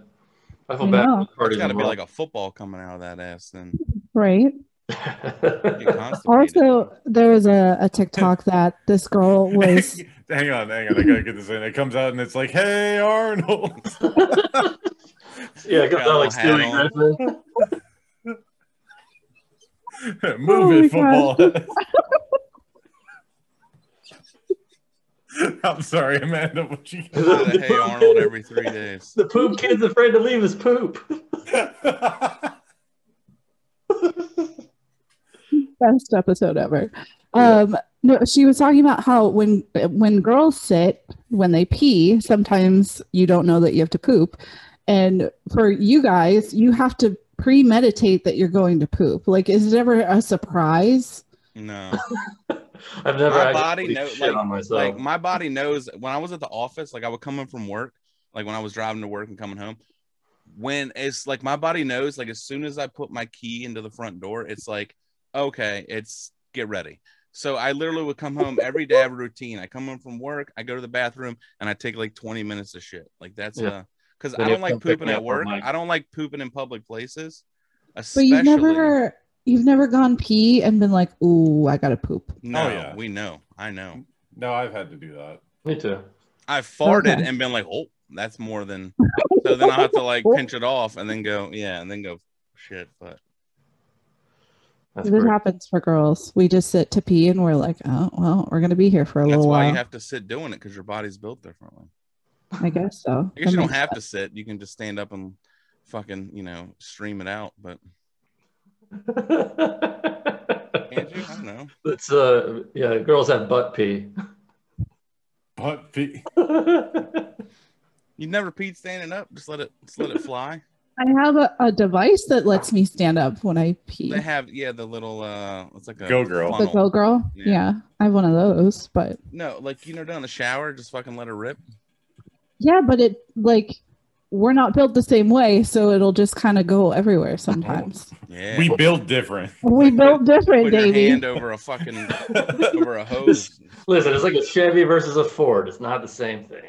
Speaker 3: I feel
Speaker 4: I
Speaker 3: bad.
Speaker 4: know.
Speaker 3: for the
Speaker 2: It's
Speaker 3: parties
Speaker 2: got to be like
Speaker 3: involved.
Speaker 2: a football coming out of that ass then.
Speaker 4: Right.
Speaker 2: Get constipated.
Speaker 4: Also, there was a, a TikTok that this girl was.
Speaker 1: hang on, hang on. I gotta get this in. It comes out and it's like, "Hey, Arnold."
Speaker 3: yeah, it comes out like
Speaker 2: Got a
Speaker 3: Stewie
Speaker 2: hat
Speaker 3: Griffin.
Speaker 1: Move it,
Speaker 4: Oh
Speaker 1: football. I'm sorry, Amanda. What you?
Speaker 2: Instead of, hey Arnold every three days.
Speaker 3: The poop kid's afraid to leave his poop.
Speaker 4: best episode ever. Um, no, she was talking about how when when girls sit when they pee, sometimes you don't know that you have to poop, and for you guys, you have to premeditate that you're going to poop. Like, is it ever a surprise?
Speaker 2: No.
Speaker 3: I've never
Speaker 2: My
Speaker 3: actually
Speaker 2: body know-
Speaker 3: shit
Speaker 2: like-
Speaker 3: on myself.
Speaker 2: Like my body knows when I was at the office, like I would come in from work, like when I was driving to work and coming home. When it's like my body knows, like as soon as I put my key into the front door, it's like, okay, it's get ready. So I literally would come home every day. I have a routine. I come home from work, I go to the bathroom, and I take like 20 minutes of shit. Like that's
Speaker 3: Yeah.
Speaker 2: uh because
Speaker 3: Then
Speaker 2: I
Speaker 3: you
Speaker 2: don't
Speaker 3: have
Speaker 2: like
Speaker 3: to come pick
Speaker 2: pooping
Speaker 3: me
Speaker 2: at
Speaker 3: up on
Speaker 2: work.
Speaker 3: my-
Speaker 2: I don't like pooping in public places.
Speaker 4: But
Speaker 2: Especially
Speaker 4: you've
Speaker 3: Oh,
Speaker 4: never you've never gone pee and been like, "Ooh, I gotta poop."
Speaker 2: no,
Speaker 1: Oh, yeah.
Speaker 2: we know. I know.
Speaker 1: no, I've had to do that.
Speaker 3: Me too.
Speaker 2: I've farted
Speaker 4: Okay.
Speaker 2: and been like, oh, that's more than. So then I will have to like pinch it off and then go, yeah, and then go, shit. But
Speaker 3: That's
Speaker 4: This
Speaker 3: great.
Speaker 4: happens for girls. We just sit to pee and we're like, "Oh, well, we're gonna be here for a
Speaker 2: that's
Speaker 4: little
Speaker 2: why
Speaker 4: while."
Speaker 2: you have to sit doing it because your body's built differently.
Speaker 4: I guess so.
Speaker 2: I guess you don't have to sit. You can just stand up and fucking, you know, stream it out. But can't you? I don't know.
Speaker 3: it's uh yeah, girls have butt pee.
Speaker 1: But pe-
Speaker 2: You never peed standing up. Just let it, just let it fly.
Speaker 4: I have a, a device that lets me stand up when I pee.
Speaker 2: They have, yeah, the little, uh, it's like a
Speaker 1: Go girl.
Speaker 4: The
Speaker 2: funnel.
Speaker 4: Go Girl.
Speaker 2: Yeah.
Speaker 4: Yeah. I have one of those, but
Speaker 2: No, like you know, down the shower, just fucking let it rip.
Speaker 4: yeah, but it like we're not built the same way, so it'll just kind of go everywhere sometimes.
Speaker 2: Yeah,
Speaker 1: we build different.
Speaker 4: we built different,
Speaker 2: Oh. put your
Speaker 4: Davey.
Speaker 2: hand over a fucking over a hose.
Speaker 3: Listen, it's like a Chevy versus a Ford. It's not the same thing.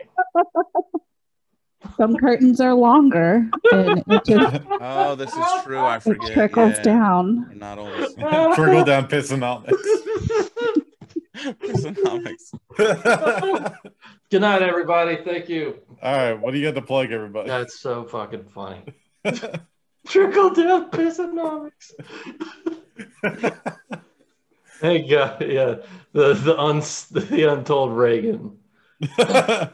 Speaker 4: Some curtains are longer, and it just
Speaker 2: Oh, this is true. I
Speaker 4: it
Speaker 2: forget.
Speaker 4: trickles
Speaker 2: yeah.
Speaker 4: down.
Speaker 2: We're not all the same.
Speaker 1: Trickle down pissonomics.
Speaker 2: Personomics.
Speaker 1: all
Speaker 3: Good night, everybody. Thank you.
Speaker 1: right, what do you got to plug, everybody?
Speaker 3: That's so fucking funny. Trickle down pissonomics. hey, God, yeah, the the uns the untold Reagan.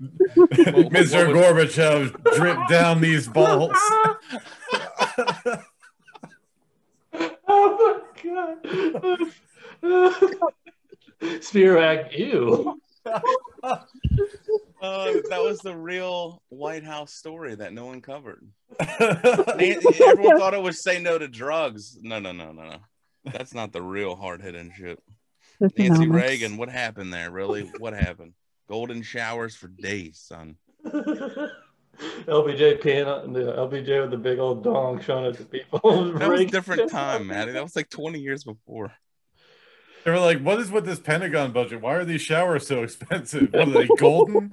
Speaker 1: Mr.
Speaker 2: what
Speaker 1: Gorbachev, drip down these balls.
Speaker 3: Oh my god. Spear act, ew.
Speaker 2: Uh, that was the real White House story that no one covered. Nan- Everyone thought it was say no to drugs. No, no, no, no, no. That's not the real hard hitting shit. Nancy
Speaker 4: Pissonomics.
Speaker 2: Reagan, what happened there? Really? What happened? Golden showers for days, son.
Speaker 3: LBJ peeing on the LBJ with the big old dong showing it to people.
Speaker 2: That was a different time, Maddie. That was like 20 years before.
Speaker 1: They were like, what is with this Pentagon budget? Why are these showers so expensive? What are they, golden?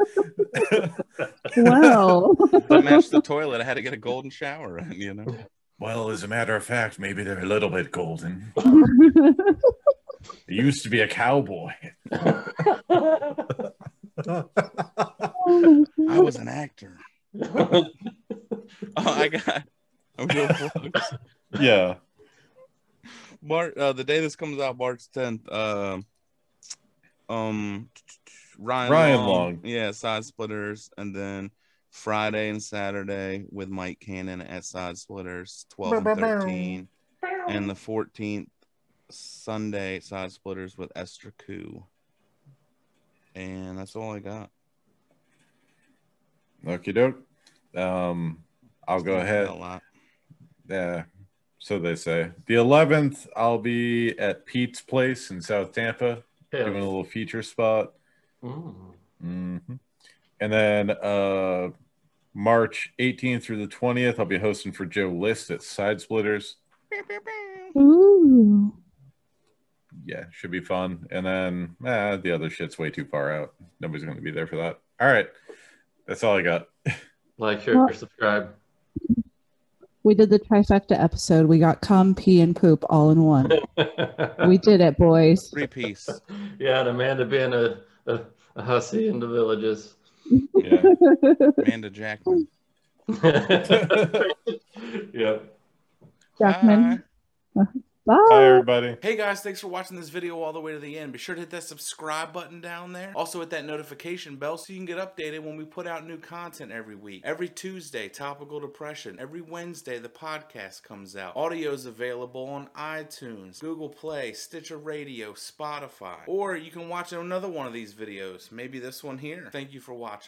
Speaker 4: Wow.
Speaker 2: To match the toilet, I had to get a golden shower, you know?
Speaker 1: Well, as a matter of fact, maybe they're a little bit golden. It used to be a cowboy.
Speaker 2: I was an actor. Oh, I got. I'm doing vlogs.
Speaker 1: Yeah.
Speaker 2: Mar- uh, the day this comes out, March 10th. Um, um Ryan
Speaker 1: Ryan
Speaker 2: Long.
Speaker 1: Long.
Speaker 2: Yeah, Side Splitters, and then Friday and Saturday with Mike Cannon at Side Splitters, twelve and thirteen, and the fourteenth Sunday Side Splitters with Esther Koo. And that's all I got.
Speaker 1: Okie doke. Um, I'll go ahead.
Speaker 2: A lot.
Speaker 1: Yeah, so they say. The 11th, I'll be at Pete's Place in South Tampa doing a
Speaker 3: Hell.
Speaker 1: little feature spot.
Speaker 3: Mm.
Speaker 1: hmm And then uh, March 18th through the 20th, I'll be hosting for Joe List at Side Splitters.
Speaker 4: Ooh.
Speaker 1: Yeah, should be fun. And then eh, the other shit's way too far out. Nobody's going to be there for that. All right. That's all I got.
Speaker 3: Like, share, subscribe.
Speaker 4: We did the trifecta episode. We got cum, pee, and poop all in one. we did it, boys.
Speaker 2: Three piece.
Speaker 3: yeah, and Amanda being a, a, a hussy in the villages.
Speaker 2: Yeah. Amanda Jackman.
Speaker 3: yep.
Speaker 4: Jackman.
Speaker 1: Hi,
Speaker 4: Bye.
Speaker 1: everybody.
Speaker 8: Hey guys, thanks for watching this video all the way to the end. Be sure to hit that subscribe button down there. Also hit that notification bell so you can get updated when we put out new content every week. Every Tuesday, Topical Depression. Every Wednesday, the podcast comes out. Audio's available on iTunes, Google Play, Stitcher Radio, Spotify. Or you can watch another one of these videos, maybe this one here. Thank you for watching.